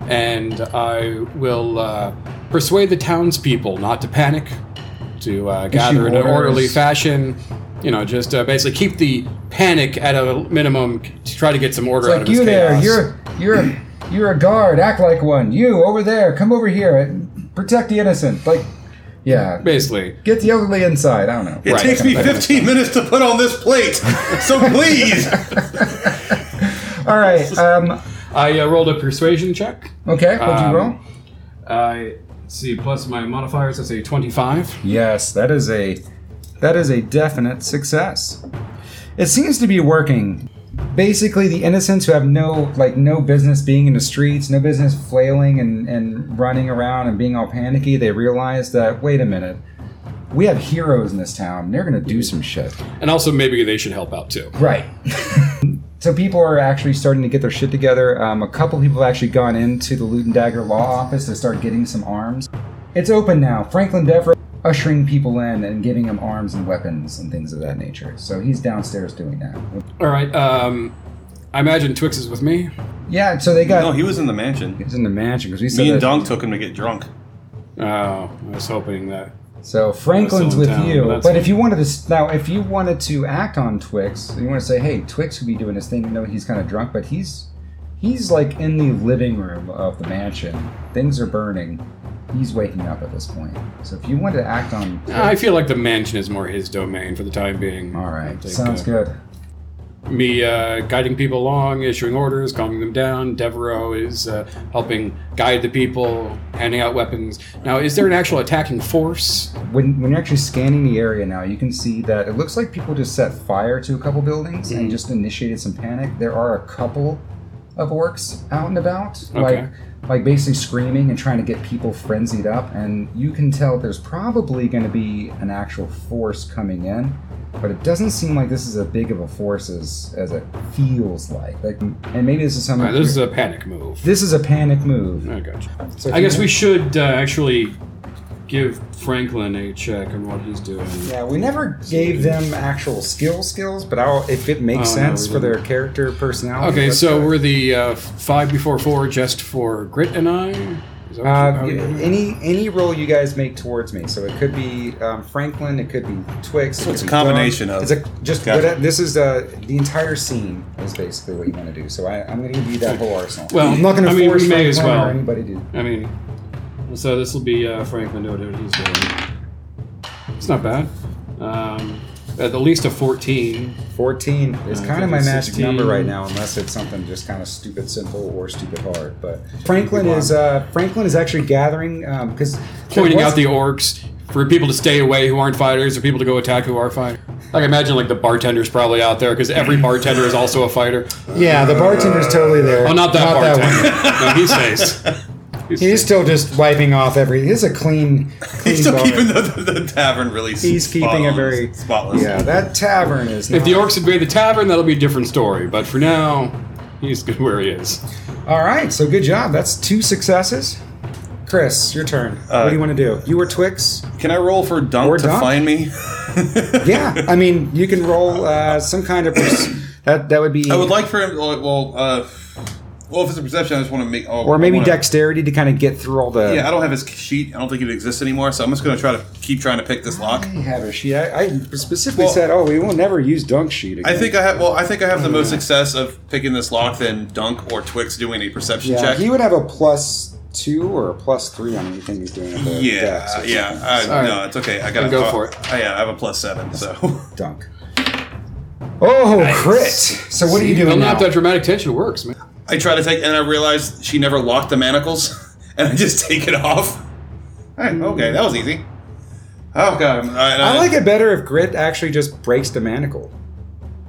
D: And I will uh, persuade the townspeople not to panic, to uh, gather in an
E: orders.
D: orderly fashion. You know, just uh, basically keep the panic at a minimum to try to get some order
E: It's
D: out
E: like
D: of this
E: you there,
D: chaos.
E: you're you're you're a guard. Act like one. You over there, come over here. Protect the innocent. Like, yeah,
D: Basically.
E: get the elderly inside. I don't know.
F: It
D: Right.
F: takes me 15 minutes to put on this plate, so please.
E: All right. Um.
D: I uh, rolled a persuasion check.
E: Okay. What'd
D: Um,
E: you roll?
D: I see. Plus my modifiers, that's a twenty-five.
E: Yes, that is a that is a definite success. It seems to be working. Basically, the innocents who have no like no business being in the streets, no business flailing and, and running around and being all panicky, they realize that wait a minute, we have heroes in this town. They're gonna do some shit.
D: And also, maybe they should help out too.
E: Right. so people are actually starting to get their shit together. Um, a couple people have actually gone into the Loot and Dagger Law Office to start getting some arms. It's open now. Franklin Dever ushering people in and giving them arms and weapons and things of that nature. So he's downstairs doing that.
D: All right. Um, I imagine Twix is with me.
E: Yeah. So they got.
F: no, he was in the mansion.
E: he's in the mansion because we said
F: Me and
E: that-
F: Dong took him to get drunk.
D: Oh, I was hoping that.
E: So Franklin's
D: Still
E: with
D: in town,
E: you,
D: but that's
E: but
D: it.
E: if you wanted to s- now, if you wanted to act on Twix, you want to say, "Hey, Twix could be doing this thing," even though he's kind of drunk, but he's he's like in the living room of the mansion. Things are burning. He's waking up at this point. So if you wanted to act on,
D: I feel like the mansion is more his domain for the time being.
E: all
D: I
E: right,
D: think,
E: sounds
D: uh,
E: good.
D: Me uh, guiding people along, issuing orders, calming them down. Devereaux is uh, helping guide the people, handing out weapons. Now, is there an actual attacking force?
E: When when you're actually scanning the area now, you can see that it looks like people just set fire to a couple buildings
D: Mm-hmm.
E: and just initiated some panic. There are a couple of orcs out and about,
D: Okay.
E: like like basically screaming and trying to get people frenzied up. And you can tell there's probably going to be an actual force coming in, but it doesn't seem like this is as big of a force as as it feels like. Like, and maybe this is
D: All
E: something.
D: right, this is a panic move.
E: this is a panic move.
D: I gotcha.
E: So if
D: I
E: you-
D: guess we should uh, actually give Franklin a check on what he's doing.
E: Yeah, we never gave them actual skill skills, but I'll, if it makes
D: Oh, no,
E: sense
D: we
E: for their
D: didn't.
E: character personality.
D: Okay,
E: that's
D: so
E: good.
D: we're the uh, five before four just for Grit and I? Is
E: Uh,
D: that what you-
E: y-
D: how we-
E: any any role you guys make towards me, so it could be um, Franklin, it could be Twix. it could
F: it's a
E: be Dawn.
F: combination of-
E: It's a, just
F: Gotcha.
E: what- this is uh, the entire scene is basically what you want to do. So I, I'm going to give you that whole arsenal.
D: Well,
E: I'm not going
D: I
E: to
D: mean, we
E: force
D: may
E: Franklin
D: as well.
E: or anybody to.
D: I mean, so this will be uh, Franklin doing what he's doing. It's not bad. Um, at the least a 14.
E: 14 is
D: I
E: kind of
D: think
E: my
D: it's
E: magic
D: 16.
E: number right now, unless it's something just kind of stupid simple or stupid hard. But Franklin is uh, Franklin is actually gathering um, because
D: Pointing out the orcs for people to stay away who aren't fighters or people to go attack who are fighters. Like, imagine, like, the bartender's probably out there because every bartender is also a fighter.
G: Yeah, the bartender's totally there.
D: Oh, not that
G: one.
D: bartender. no, he's face.
G: He's still just wiping off every. He's a clean. clean
F: He's still
G: bar.
F: keeping the, the, the tavern really
E: He's keeping a
F: spotless-
E: very-
F: spotless.
E: yeah that tavern is
D: If
E: not-
D: the orcs invade the tavern, that'll be a different story. But for now, he's good where he is.
E: all right. So good job. That's two successes. Chris, your turn.
F: Uh,
E: what do you want to do? You were Twix.
F: Can I roll for Dunk
E: Or
F: to
E: Dunk.
F: find me?
E: Yeah, I mean you can roll uh, some kind of pers- that that would be
F: I would like for him. Well, well, uh, well if it's a perception, I just want to make. Oh,
E: or
F: I
E: maybe
F: wanna-
E: dexterity to kind of get through all the
F: Yeah, I don't have his sheet. I don't think it exists anymore. So I'm just going to try to keep trying to pick this lock.
E: I have a sheet. I, I specifically
F: Well-
E: said, "Oh, we will never use dunk sheet." Again.
F: I think I have. Well, I think I have the
E: Mm.
F: most success of picking this lock than Dunk or Twix doing a perception
E: Yeah,
F: check.
E: he would have a plus two or a plus three on anything he's doing. At the dex
F: Yeah,
E: or
F: yeah.
E: something.
F: I,
D: All right.
F: No, it's okay. I got to
D: Then go for it.
F: I, yeah, I have a plus seven, so
E: Dunk.
G: Oh, crit! So what are you
D: Well,
G: doing now?
D: not that dramatic tension works, man.
F: I try to take, and I realize she never locked the manacles, and I just take it off. All right, okay, that was easy. Oh god, I'm- I,
E: I like it better if grit actually just breaks the manacle,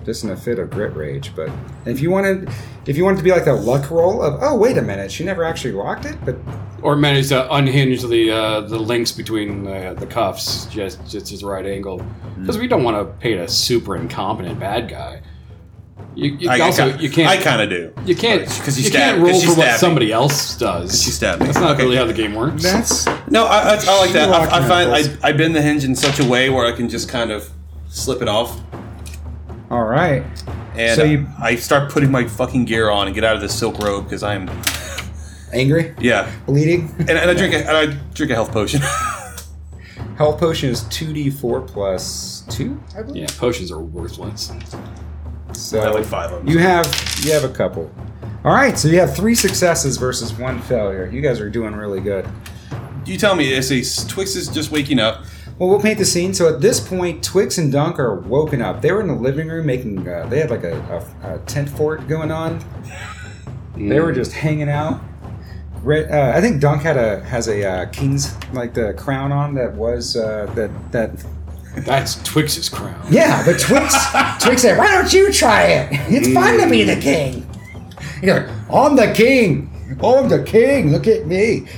E: just in a fit of grit rage. But if you wanted, if you wanted to be like that luck roll of, oh wait a minute, she never actually locked it, but
D: Or manage to unhinge the uh, the links between uh, the cuffs just just his right angle,
G: Hmm.
D: because we don't want to paint a super incompetent bad guy. You, you
F: I,
D: also
F: I,
D: you can't
F: I kind of do.
D: you can't
F: 'Cause he
D: you
F: stabbed-
D: can't roll
F: 'cause she
D: for what
F: stabbed me.
D: somebody else does.
F: She stabbed me.
D: That's not
F: Okay.
D: really how the game works.
E: that's
F: No, I, I, I like that.
E: She
F: I, I
E: locked
F: find
E: manacles.
F: I, I bend the hinge in such a way where I can just kind of slip it off,
E: all right.
F: and
E: So you-
F: I start putting my fucking gear on and get out of this silk robe because I'm
E: Angry,
F: yeah.
E: bleeding.
F: And, and I drink a, and I drink a health potion.
E: Health potion is two d four plus two, I believe.
D: Yeah, potions are worthless.
E: So
F: I have like five of them.
E: You have you have a couple. All right, so you have three successes versus one failure. You guys are doing really good.
F: You tell me, it's a Twix is just waking up.
E: Well, we'll paint the scene. So at this point, Twix and Dunk are woken up. They were in the living room making. Uh, they had like a, a, a tent fort going on. They were just hanging out. Red, uh, I think Dunk had a has a uh, king's like the crown on that was uh, that that
D: That's Twix's crown.
G: Yeah, but Twix, Twix said, "Why don't you try it? It's fun to be the king." He's like, "I'm the king. I'm the king. Look at me.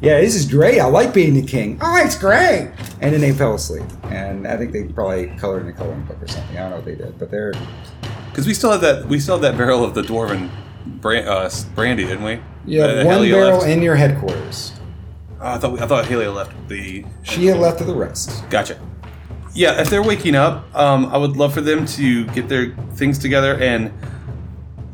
E: yeah this is great. I like being the king.
G: Oh, it's great."
E: And then they fell asleep. And I think they probably colored in a coloring book or something. I don't know what they did, but they're
F: Because we still have that, we still have that barrel of the dwarven brand, uh, brandy, didn't we?
G: You
F: Uh,
G: have one
F: Helia
G: barrel
F: left-
G: in your headquarters.
F: Oh, I thought we, I thought Haley left the.
E: she had left to the rest.
F: Gotcha. Yeah, if they're waking up, um, I would love for them to get their things together and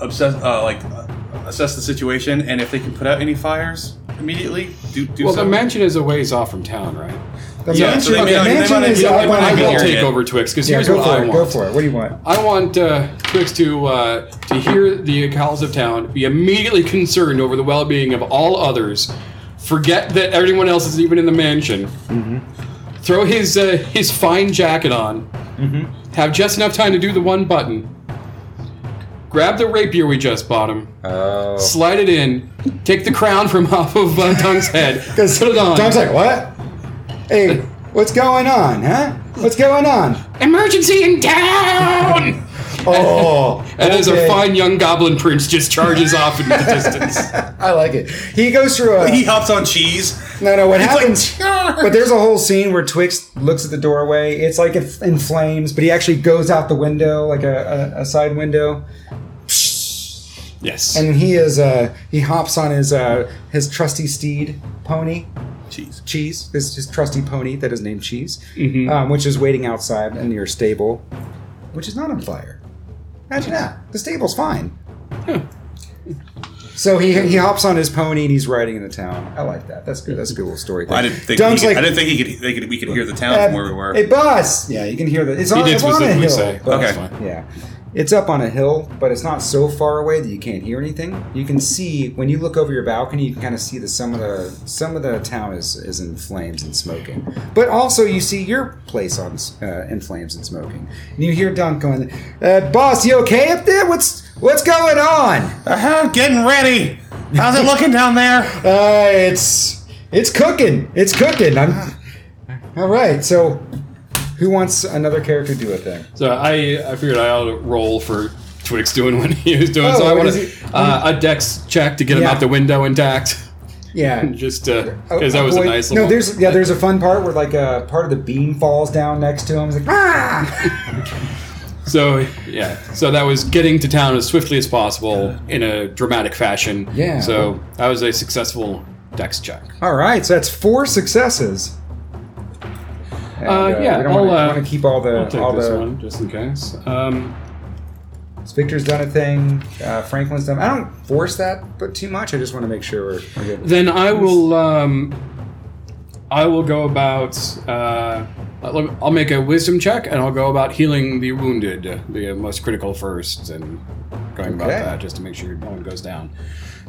F: obsess, uh, like uh, assess the situation, and if they can put out any fires immediately, do do
D: Well, the
F: something.
D: mansion is a ways off from town, right?
G: The
F: Yeah,
G: mansion,
F: so they may
G: the
F: not- they
G: mansion
F: might not
G: is
F: be-
G: up
F: they might
G: on
F: not
G: a
D: I
F: be
G: hill.
D: will
F: here
D: take
F: yet.
D: over Twix because
E: Yeah,
D: here's
E: go
D: what
E: for
D: I
E: it.
D: want.
E: Go for it. What do you want?
D: I want uh, Twix to uh, to hear the calls of town, be immediately concerned over the well-being of all others, forget that everyone else is even in the mansion,
E: Mm-hmm.
D: throw his uh, his fine jacket on,
E: Mm-hmm.
D: have just enough time to do the one button, grab the rapier we just bought him,
E: Oh.
D: slide it in, take the crown from off of uh, Dunk's head,
G: Because
D: put it on.
G: Dom's like, "What? Hey, what's going on? Huh? What's going on?"
D: Emergency in town!
G: Oh,
D: And as a
G: okay.
D: fine young goblin prince just charges off into the distance.
G: I like it. He goes through a.
F: He hops on cheese.
G: no, no. What happens?
E: But there's a whole scene where Twix looks at the doorway. It's like if in flames, but he actually goes out the window, like a, a, a side window,
D: Yes.
G: and he is uh he hops on his uh his trusty steed pony
F: Cheese.
E: Cheese, his, his trusty pony that is named Cheese, um, which is waiting outside in your stable, which is not on fire. Imagine that. The stable's fine.
G: so he
E: He hops on his pony and he's riding in the town. I like that. That's good. That's a good little story. Thing.
F: I didn't think.
G: Dom's
F: he could-
G: like-
F: I didn't think he could. They could. We could hear the town from where we were.
E: Hey, boss! Yeah, you can hear that. It's
D: He
E: on,
D: did
E: it's on a
D: specifically
E: hill.
D: say.
E: but-
F: Okay.
D: That's fine.
E: Yeah. It's up on a hill, but it's not so far away that you can't hear anything. You can see when you look over your balcony, you can kind of see that some of the some of the town is, is in flames and smoking. But also, you see your place on s- uh, in flames and smoking. And you hear Dunk going, uh, "Boss, you okay up there? What's what's going on?
F: Uh-huh, getting ready. How's it looking down there?
G: uh it's it's cooking. It's cooking. I'm all right. So
E: Who wants another character to do a thing?"
D: So I, I figured I ought to roll for Twix doing what he was doing.
E: Oh,
D: so I
E: what
D: want
E: is
D: to,
E: he-
D: uh, a dex check to get him
E: Yeah.
D: out the window intact.
E: Yeah.
D: Just because that was a
E: avoid-
D: nice little.
E: oh, No, there's yeah, there's a fun part where like a part of the beam falls down next to him. It's like ah.
D: So yeah, so that was getting to town as swiftly as possible in a dramatic fashion.
E: Yeah.
D: So that was a successful dex check.
E: All right, so that's four successes. And,
D: Uh, yeah,
E: we don't
D: I'll,
E: want, to,
D: uh,
E: want to keep all the
D: I'll take
E: all
D: this
E: the.
D: one just in case. Um,
E: Victor's done a thing. Uh, Franklin's done. I don't force that, but too much. I just want to make sure we're, we're good.
D: Then I will. Um, I will go about. Uh, I'll I'll make a wisdom check, and I'll go about healing the wounded, the most critical first, and going about
E: Okay.
D: that just to make sure no one goes down.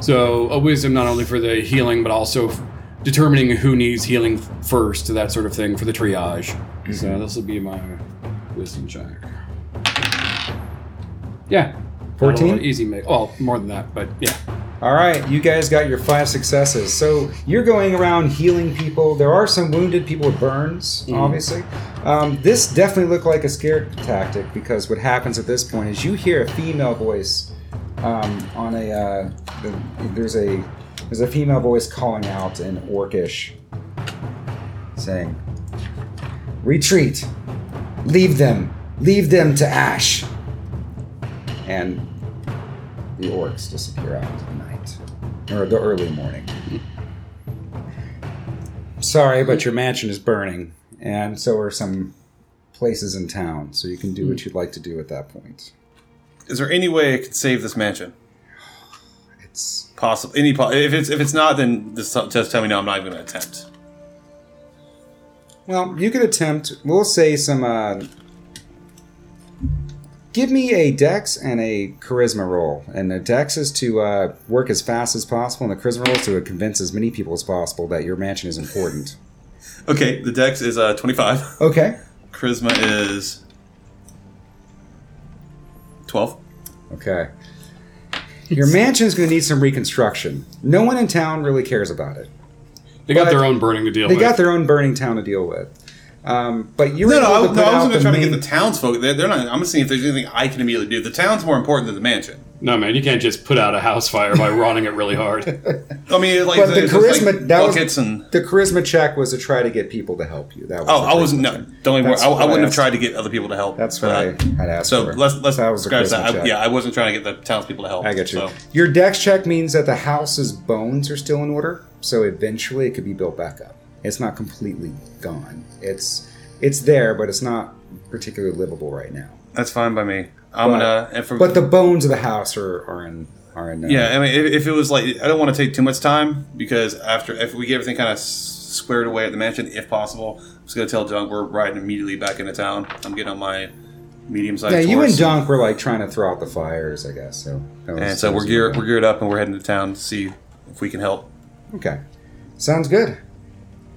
D: So a wisdom not only for the healing, but also f- determining who needs healing f- first, that sort of thing for the triage. So
E: Mm-hmm.
D: this will be my wisdom check. Yeah.
E: 14?
D: Easy make. Well, more than that, but yeah.
E: All right, you guys got your five successes. So you're going around healing people. There are some wounded people with burns, obviously. Um, this definitely looked like a scare tactic because what happens at this point is you hear a female voice um, on a uh, the, there's a there's a female voice calling out in Orcish, saying, "Retreat, leave them, leave them to ash," and the orcs disappear out into the night or the early morning. Sorry, but your mansion is burning, and so are some places in town, so you can do what you'd like to do at that point.
F: Is there any way I could save this mansion?
E: It's
F: Possible? Any? Po- if it's if it's not, then just, just tell me. No, I'm not even going to attempt.
E: well, you could attempt. We'll say some. Uh, give me a dex and a charisma roll, and the dex is to uh, work as fast as possible, and the charisma roll is to convince as many people as possible that your mansion is important.
F: Okay, the dex is uh 25.
E: Okay.
F: Charisma is 12.
E: Okay. Your mansion's going to need some reconstruction. No one in town really cares about it.
D: They got
E: But
D: their own burning to deal
E: They
D: with.
E: got their own burning town to deal with. Um, but you were
F: No, no,
E: able to
F: I, no,
E: put
F: I
E: out
F: was going to
E: the
F: try to
E: main.
F: get the townsfolk. They're, they're not. I'm going to see if there's anything I can immediately do. The town's more important than the mansion.
D: no, man, you can't just put out a house fire by running it really hard.
F: I mean, like
E: But the
F: there's just,
E: charisma- that was-
F: buckets and.
E: the charisma check was to try to get people to help you. That was
F: Oh,
E: the
F: I wasn't.
E: charisma
F: No,
E: check.
F: don't even worry.
E: That's
F: I,
E: what
F: I wouldn't have
E: asked.
F: tried to get other people to help.
E: That's what
F: Uh,
E: I had asked.
F: So
E: for.
F: let's let's
E: that was the
F: scratch
E: charisma
F: that. I,
E: check.
F: yeah, I wasn't trying to get the townspeople to help.
E: I get you.
F: So.
E: Your dex check means that the house's bones are still in order, so eventually it could be built back up. It's not completely gone. It's it's there, but it's not particularly livable right now.
F: That's fine by me. I'm
E: But-
F: gonna. And for,
E: But the bones of the house are, are in are in. Uh,
F: yeah, I mean, if, if it was like, I don't want to take too much time because after if we get everything kind of squared away at the mansion, if possible, I'm just gonna tell Dunk we're riding immediately back into town. I'm getting on my medium sized.
E: Yeah, you and Dunk were like trying to throw out the fires, I guess. So, that was-
F: And so
E: that was
F: we're geared,
E: good.
F: we're geared up, and we're heading to town to see if we can help.
E: Okay, sounds good.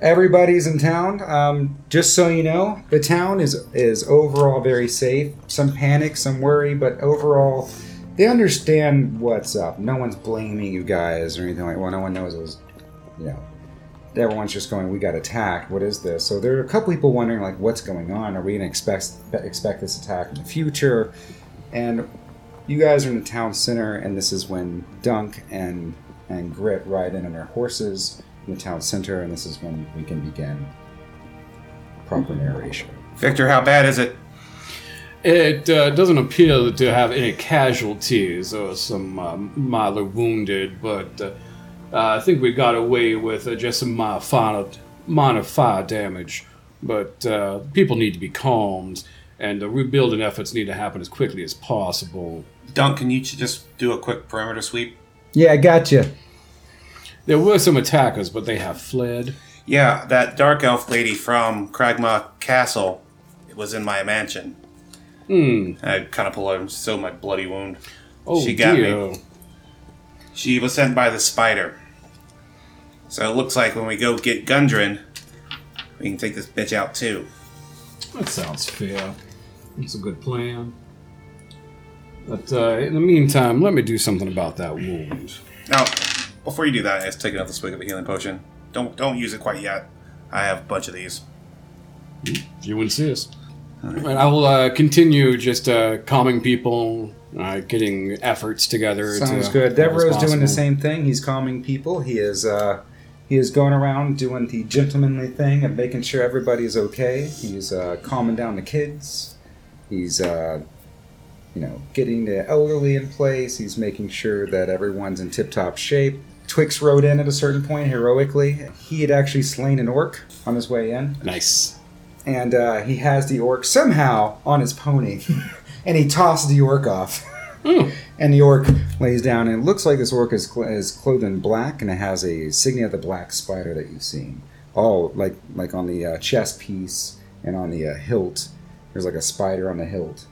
E: Everybody's in town. Um, just so you know, the town is is overall very safe. Some panic, some worry, but overall, they understand what's up. No one's blaming you guys or anything like. Well, no one knows it was, you know. Everyone's just going. We got attacked. What is this? So there are a couple people wondering, like, what's going on? Are we gonna expect expect this attack in the future? And you guys are in the town center, and this is when Dunk and and Grit ride in on their horses in the town center, and this is when we can begin proper narration.
F: Victor, how bad is it?
D: It uh, doesn't appear to have any casualties or some uh, mildly wounded, but uh, uh, I think we got away with uh, just some minor fire, minor fire damage. But uh, people need to be calmed, and the rebuilding efforts need to happen as quickly as possible.
F: Dunk, can you ch- just do a quick perimeter sweep?
E: Yeah, I got you.
D: There were some attackers, but they have fled.
F: Yeah, that dark elf lady from Kragma Castle was in my mansion. Hmm. I kind of pull out and sew my bloody wound.
D: Oh
F: She got me.
D: dear.
F: She was sent by the spider. So it looks like when we go get Gundren, we can take this bitch out too.
D: That sounds fair. That's a good plan. But uh, in the meantime, let me do something about that wound.
F: Now, before you do that, I was taking out the swig of the healing potion. Don't don't use it quite yet. I have a bunch of these.
D: If you insist. And I will uh, continue just uh, calming people, uh, getting efforts together.
E: Sounds
D: to,
E: good. Devereaux's doing
D: possible.
E: the same thing. He's calming people. He is uh, he is going around doing the gentlemanly thing and making sure everybody's okay. He's uh, calming down the kids. He's uh, you know getting the elderly in place. He's making sure that everyone's in tip-top shape. Twix rode in at a certain point heroically. He had actually slain an orc on his way in
D: Nice.
E: and uh, he has the orc somehow on his pony, and he tosses the orc off. And the orc lays down, and it looks like this orc is, cl- is clothed in black, and it has a insignia of the black spider that you've seen. Oh, like like on the uh, chest piece and on the uh, hilt. There's like a spider on the hilt.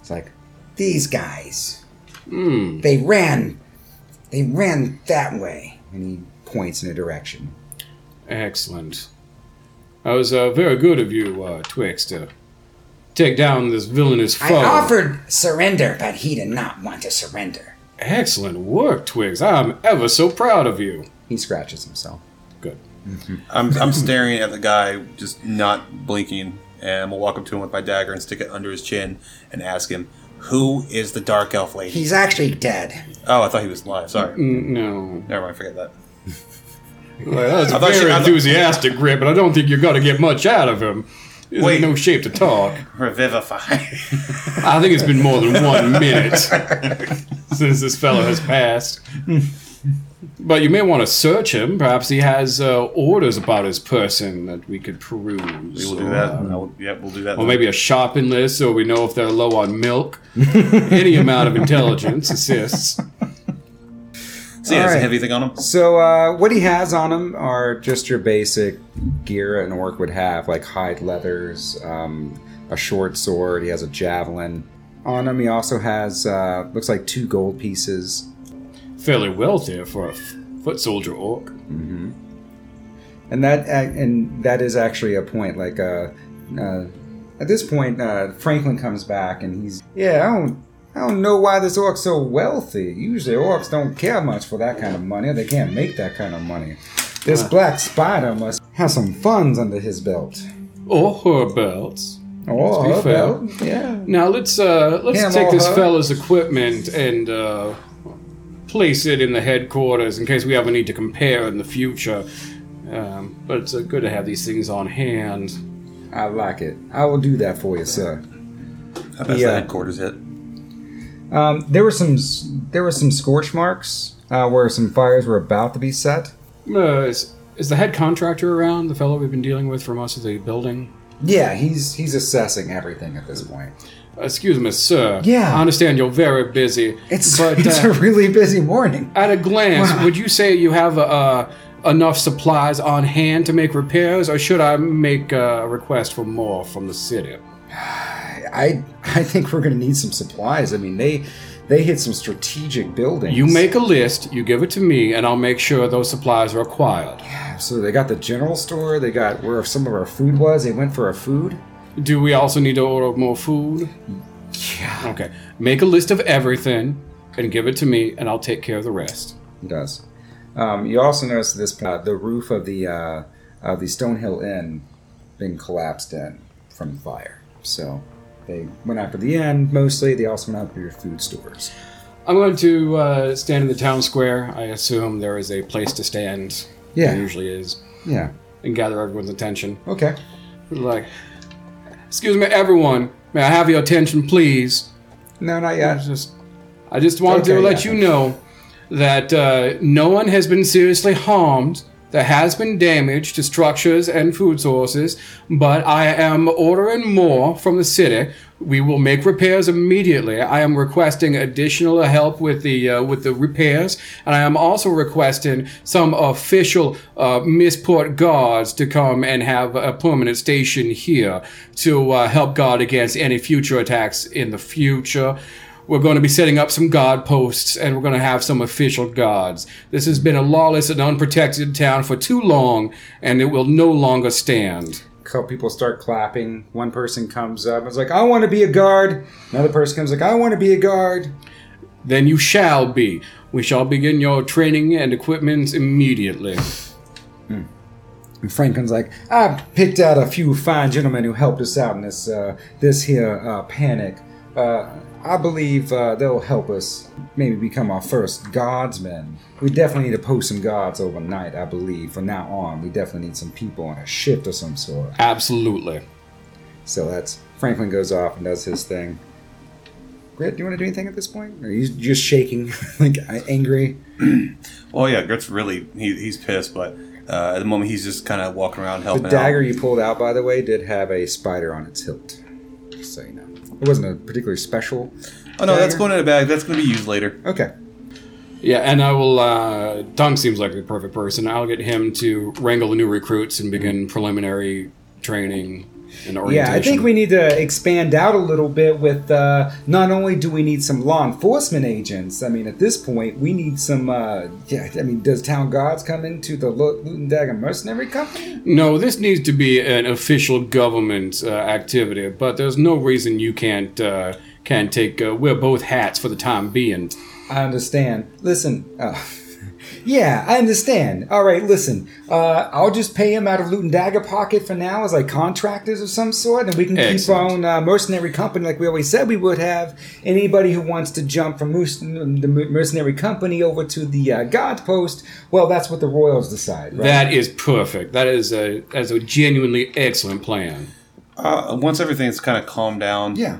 E: It's like
D: Hmm.
G: These guys. They ran They ran that way. And he points in a direction.
D: Excellent. That was uh, very good of you, uh, Twix, to take down this villainous foe.
G: I offered surrender, but he did not want to surrender.
D: Excellent work, Twix. I'm ever so proud of you.
E: He scratches himself.
F: I'm, I'm staring at the guy, just not blinking, and we'll walk up to him with my dagger and stick it under his chin and ask him, "Who is the dark elf lady?"
G: He's actually dead.
F: Oh, I thought he was alive. Sorry,
D: Mm, No.
F: never mind. Forget that.
D: Well, that was a
F: I thought
D: very
F: she- I thought-
D: enthusiastic grip, but I don't think you're going to get much out of him. He's
F: Wait.
D: in no shape to talk.
F: Revivify.
D: I think it's been more than one minute since this fellow has passed. But you may want to search him. Perhaps he has uh, orders about his person that we could peruse.
F: we will do that. I will- yep, we'll do that.
D: Or maybe a shopping list so we know if they're low on milk. Any amount of intelligence assists.
F: See, there's
E: Alright.
F: a heavy thing on him.
E: So uh, what he has on him are just your basic gear an orc would have, like hide leathers, um, a short sword. He has a javelin on him. He also has uh, looks like two gold pieces.
D: Fairly wealthy for a f- foot soldier orc.
E: and that and that is actually a point. Like, uh, uh, at this point, uh, Franklin comes back and he's yeah, I don't, I don't know why this orc's so wealthy. Usually, orcs don't care much for that kind of money. or They can't make that kind of money. This black spider must have some funds under his belt.
D: Or her belts.
E: Oh,
D: be
E: her
D: fair.
E: belt, yeah.
D: Now let's uh, let's
E: Yeah,
D: take
E: more
D: this
E: hug.
D: fella's equipment and uh, place it in the headquarters in case we ever need to compare in the future. Um, but it's uh, good to have these things on hand.
E: I like it. I will do that for you, sir.
F: How fast
E: Yeah.
F: the headquarters hit?
E: Um, there were some s- there were some scorch marks uh, where some fires were about to be set.
D: Uh, is, is the head contractor around? The fellow we've been dealing with for most of the building.
E: Yeah, he's he's assessing everything at this point.
D: Uh, Excuse me, sir.
E: Yeah.
D: I understand you're very busy.
E: It's,
D: but
E: it's a
D: uh,
E: really busy morning.
D: at a glance, would you say you have uh, enough supplies on hand to make repairs, or should I make uh, a request for more from the city?
E: I I think we're going to need some supplies. I mean, they they hit some strategic buildings.
D: You make a list, you give it to me, and I'll make sure those supplies are acquired.
E: so they got the general store. They got where some of our food was. They went for our food.
D: Do we also need to order more food?
E: Yeah,
D: Okay. Make a list of everything and give it to me, and I'll take care of the rest.
E: he does. Um, you also notice this uh, the roof of the uh, of the Stonehill Inn been collapsed in from fire. So they went after the inn mostly. They also went after your food stores.
D: I'm going to uh, stand in the town square. I assume there is a place to stand.
E: Yeah.
D: There usually is.
E: Yeah.
D: And gather everyone's attention.
E: Okay.
D: Like, excuse me, everyone. May I have your attention, please?
E: No, not
D: I
E: yet.
D: just, I just wanted to
E: Okay,
D: let
E: yeah.
D: you know that uh, no one has been seriously harmed. There has been damage to structures and food sources, but I am ordering more from the city. We will make repairs immediately. I am requesting additional help with the uh, with the repairs, and I am also requesting some official uh, Missport guards to come and have a permanent station here to uh, help guard against any future attacks in the future. We're going to be setting up some guard posts and we're going to have some official guards. This has been a lawless and unprotected town for too long and it will no longer stand.
E: couple people start clapping. One person comes up, it's like, I want to be a guard. Another person comes like, I want to be a guard.
D: Then you shall be. We shall begin your training and equipment immediately.
E: And Franklin's like, I picked out a few fine gentlemen who helped us out in this uh, this here uh, panic. Uh, I believe uh, they'll help us maybe become our first guardsmen. We definitely need to post some guards overnight, I believe. From now on, we definitely need some people on a shift of some sort.
D: Absolutely.
E: So that's Franklin goes off and does his thing. Grit, do you want to do anything at this point? Or are you just shaking, like angry?
F: Oh yeah, Gert's really he, he's pissed, but uh, at the moment he's just kind of walking around helping.
E: The dagger you pulled out, by the way, did have a spider on its hilt. Just so you know. It wasn't a particularly special.
F: Out. Oh no, that's
E: dagger?
F: going in a bag. That's going to be used later.
E: Okay.
D: Yeah, and I will. Uh, Tom seems like the perfect person. I'll get him to wrangle the new recruits and begin preliminary training. and
E: Yeah, I think
D: orientation.
E: we need to expand out a little bit with uh, not only do we need some law enforcement agents, I mean, at this point, we need some. Uh, yeah, I mean, does Town Guards come into the Lo- Loot and Dagger Mercenary Company?
D: No, this needs to be an official government uh, activity, but there's no reason you can't uh, can't take uh, wear both hats for the time being.
E: I understand. Listen. Uh, Yeah, I understand. All right, listen. Uh, I'll just pay him out of Loot and Dagger pocket for now as like contractors of some sort, and we can keep our
D: Excellent.
E: own uh, mercenary company like we always said we would have. Anybody who wants to jump from merc- the mercenary company over to the uh, God Post, well, that's what the Royals decide, right?
D: That is perfect. That is a that's a genuinely excellent plan.
F: Uh, once everything's kind of calmed down,
E: yeah.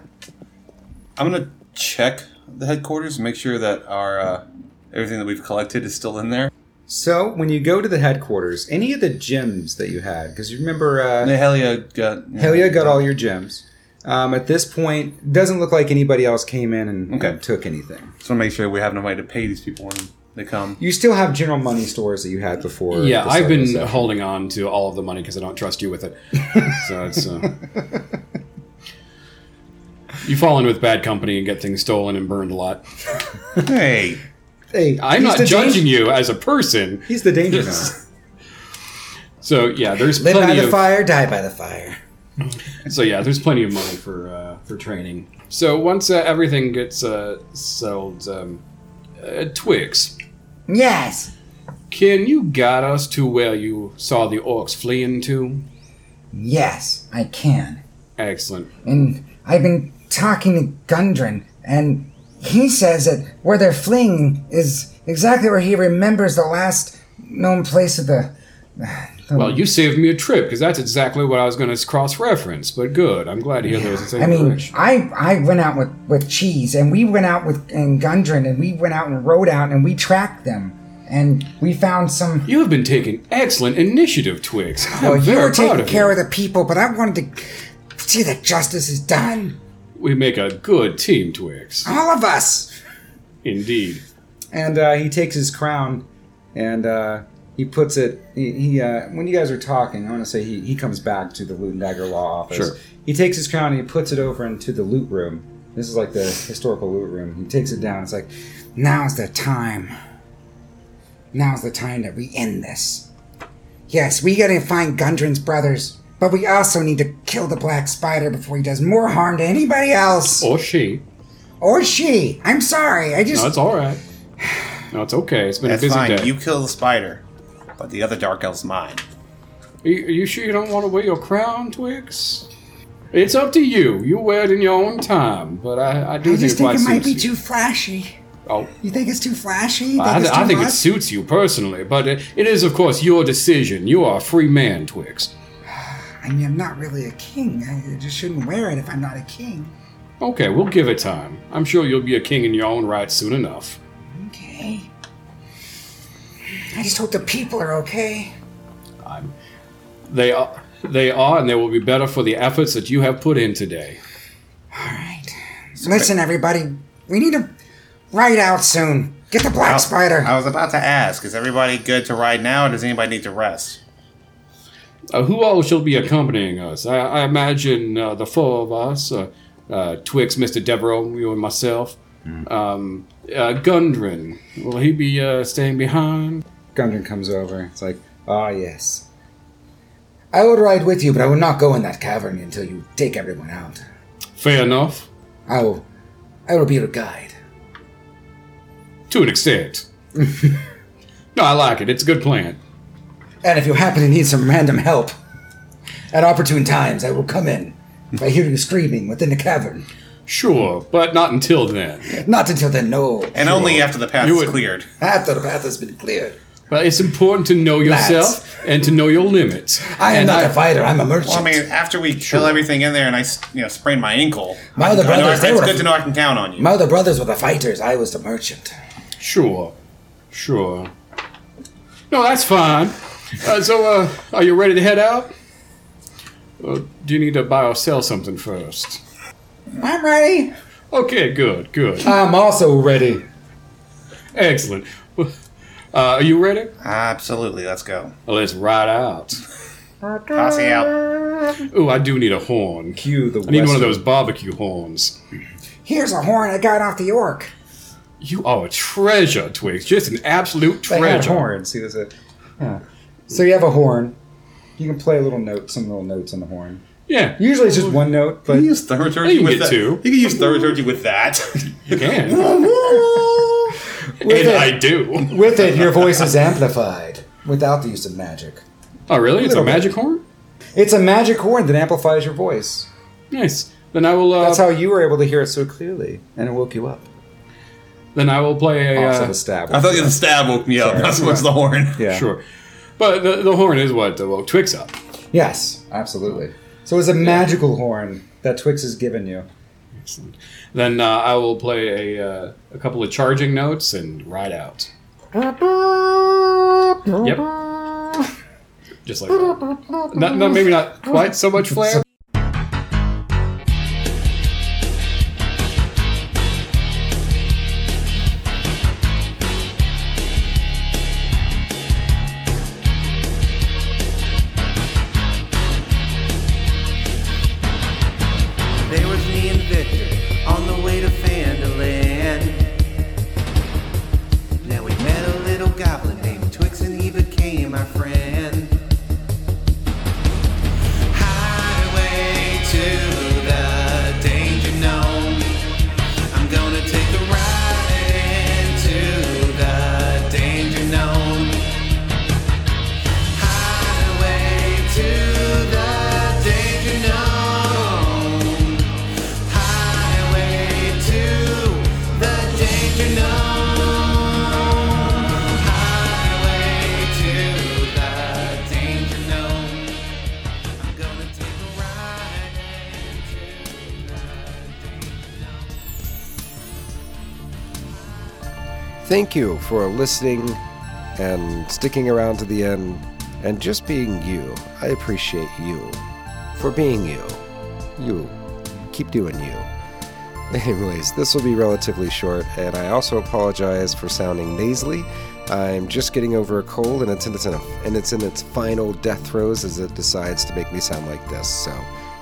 F: I'm gonna check the headquarters, make sure that our uh, everything that we've collected is still in there.
E: So when you go to the headquarters, any of the gems that you had, because you remember uh,
F: And then Helia got
E: Helia got all your gems. Um, at this point, doesn't look like anybody else came in and
F: Okay.
E: and took anything.
F: Just want to make sure we have no way to pay these people when they come.
E: You still have general money stores that you had before.
D: yeah,
E: the
D: I've
E: sale
D: been
E: was up.
D: holding on to all of the money because I don't trust you with it. so it's uh, you fall in with bad company and get things stolen and burned a lot.
F: Hey,
E: Hey,
D: I'm
E: he's
D: not
E: the
D: judging
E: danger-
D: you as a person.
E: He's the danger zone.
D: So yeah, there's
G: Live by
D: plenty
G: the
D: of
G: fire, die by the fire.
D: So yeah, there's plenty of money for uh, for training. So once uh, everything gets uh, sold, um, uh, Twix,
G: Yes.
D: can you guide us to where you saw the orcs fleeing to?
G: Yes, I can.
D: Excellent.
G: And I've been talking to Gundren, and he says that where they're fleeing is exactly where he remembers the last known place of the.
D: Well, you saved me a trip because that's exactly what I was going to cross-reference. But good, I'm glad to hear those in the same
G: I mean,
D: direction.
G: I, I went out with, with Cheese, and we went out with and Gundren, and we went out and rode out, and we tracked them, and we found some.
D: You have been taking excellent initiative, Twix. I'm
G: Well, Oh, you
D: very
G: were
D: proud
G: taking
D: of
G: care
D: you.
G: of the people, but I wanted to see that justice is done.
D: We make a good team, Twix.
G: All of us.
D: Indeed.
E: and uh, he takes his crown and uh, he puts it. He, he uh, when you guys are talking, I want to say he, he comes back to the loot and dagger law office.
D: Sure.
E: He takes his crown and he puts it over into the loot room. This is like the historical loot room. He takes it down. It's like
G: Now's the time. Now's the time that we end this. Yes, we gotta find Gundren's brothers, but we also need to kill the black spider before he does more harm to anybody else.
D: Or she.
G: Or she. I'm sorry, I just.
D: No, it's all right. No, it's okay. It's been
F: that's
D: a busy
F: fine.
D: day.
F: You kill the spider, but the other dark elf's mine.
D: Are you, are you sure you don't want to wear your crown, Twix? It's up to you. You wear it in your own time, but I, I do
G: I
D: think
G: just
D: it
G: think
D: quite
G: it might be
D: suits you.
G: too flashy.
D: Oh,
G: You think it's too flashy? You
D: I,
G: it's
D: I
G: too
D: think it
G: much?
D: suits you personally, but it, it is, of course, your decision. You are a free man, Twix.
G: I mean, I'm not really a king. I I just shouldn't wear it if I'm not a king.
D: Okay, we'll give it time. I'm sure you'll be a king in your own right soon enough.
G: Okay. I just hope the people are okay.
D: I'm, they are, they are, and they will be better for the efforts that you have put in today.
G: All right. Listen, everybody, we need to ride out soon. Get the black spider.
F: I was about to ask: Is everybody good to ride now, or does anybody need to rest?
D: Uh, who all shall be accompanying us? I, I imagine uh, the four of us uh, uh, Twix, Mr. Devereaux, you and myself.
G: Hmm.
D: Um, uh, Gundren, will he be uh, staying behind?
E: Gundren comes over. It's like ah yes.
G: I will ride with you, but I will not go in that cavern until you take everyone out.
D: Fair enough,
G: I will. I will be your guide.
D: to an extent. no, I like it. It's a good plan.
G: And if you happen to need some random help, at opportune times, I will come in. If I hear you screaming within the cavern,
D: Sure, but not until then.
G: not until then. No,
F: And only after the path
D: You
F: is
D: would-
F: cleared.
G: after the path has been cleared.
D: But it's important to know yourself and to know your limits.
G: I am
D: and
G: not a fighter. I'm a merchant.
F: Well, I mean, after we kill everything in there, and I, s- you know, sprained my ankle.
G: My other
F: I know-
G: brothers, they
F: it's
G: were-
F: good to know I can count on you.
G: My other brothers were the fighters. I was the merchant.
D: Sure, sure. No, that's fine. Uh, so, uh, are you ready to head out? Uh, do you need to buy or sell something first?
G: I'm ready.
D: Okay, good, good,
E: I'm also ready.
D: excellent. Uh, are you ready?
F: Absolutely, let's go.
D: Well, let's ride out.
F: Posse out.
D: Ooh, I do need a horn.
E: Cue the
D: I need one of those barbecue horns.
G: Here's a horn I got off the orc.
D: You are a treasure, Twigs. Just an absolute
E: They had
D: treasure.
E: horns. See, that's it. Yeah. So you have a horn. You can play a little note, some little notes on the horn.
D: Yeah,
E: Usually it's just one note,
F: You
E: but
F: can use thaumaturgy
D: You can
F: with
D: get
F: that.
D: two.
F: You can use thaumaturgy with that.
D: you can.
E: with
D: and
E: it,
D: I do.
E: with it, your voice is amplified without the use of magic.
D: Oh, really? It's a
E: Little bit.
D: magic horn?
E: It's a magic horn that amplifies your voice.
D: Nice. Then I will. Uh,
E: That's how you were able to hear it so clearly, and it woke you up.
D: then I will play a.
E: Also,
D: Uh,
E: the stab.
F: I thought the stab woke me up. That's what's the horn.
E: yeah.
D: Sure. But the, the horn is what woke Twix up.
E: Yes, absolutely. So it's a magical horn that Twix has given you.
D: Excellent. Then uh, I will play a, uh, a couple of charging notes and ride out. Yep. Just like that. Not, not, maybe not quite so much flair.
H: There was me and Victor on the way to Fanderland. Now we met a little goblin named Twix and he became our friend. Highway to the danger zone. I'm gonna take a ride into the danger zone. Highway to the danger zone. Highway to the danger zone. Highway to the danger zone. I'm gonna take a ride into the danger zone.
A: Thank you for listening and sticking around to the end and just being you. I appreciate you for being you. You keep doing you. Anyways, this will be relatively short, and I also apologize for sounding nasally. I'm just getting over a cold, and it's in its, and it's in its final death throes as it decides to make me sound like this. So,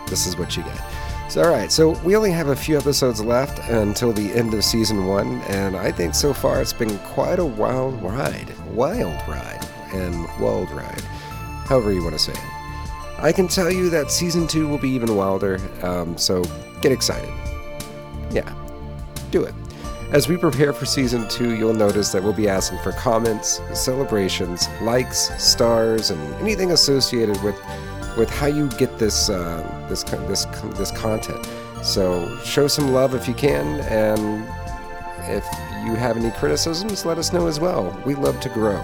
A: this is what you get. So, all right, so we only have a few episodes left until the end of season one, and I think so far it's been quite a wild ride. Wild ride and wild ride, however you want to say it. I can tell you that season two will be even wilder, um, so get excited. Yeah, do it. As we prepare for season two, you'll notice that we'll be asking for comments, celebrations, likes, stars, and anything associated with with how you get this uh, this con- this con- this content. So show some love if you can, and if you have any criticisms, let us know as well. We love to grow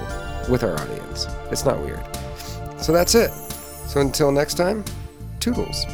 A: with our audience. It's not weird. So that's it. So until next time, toodles.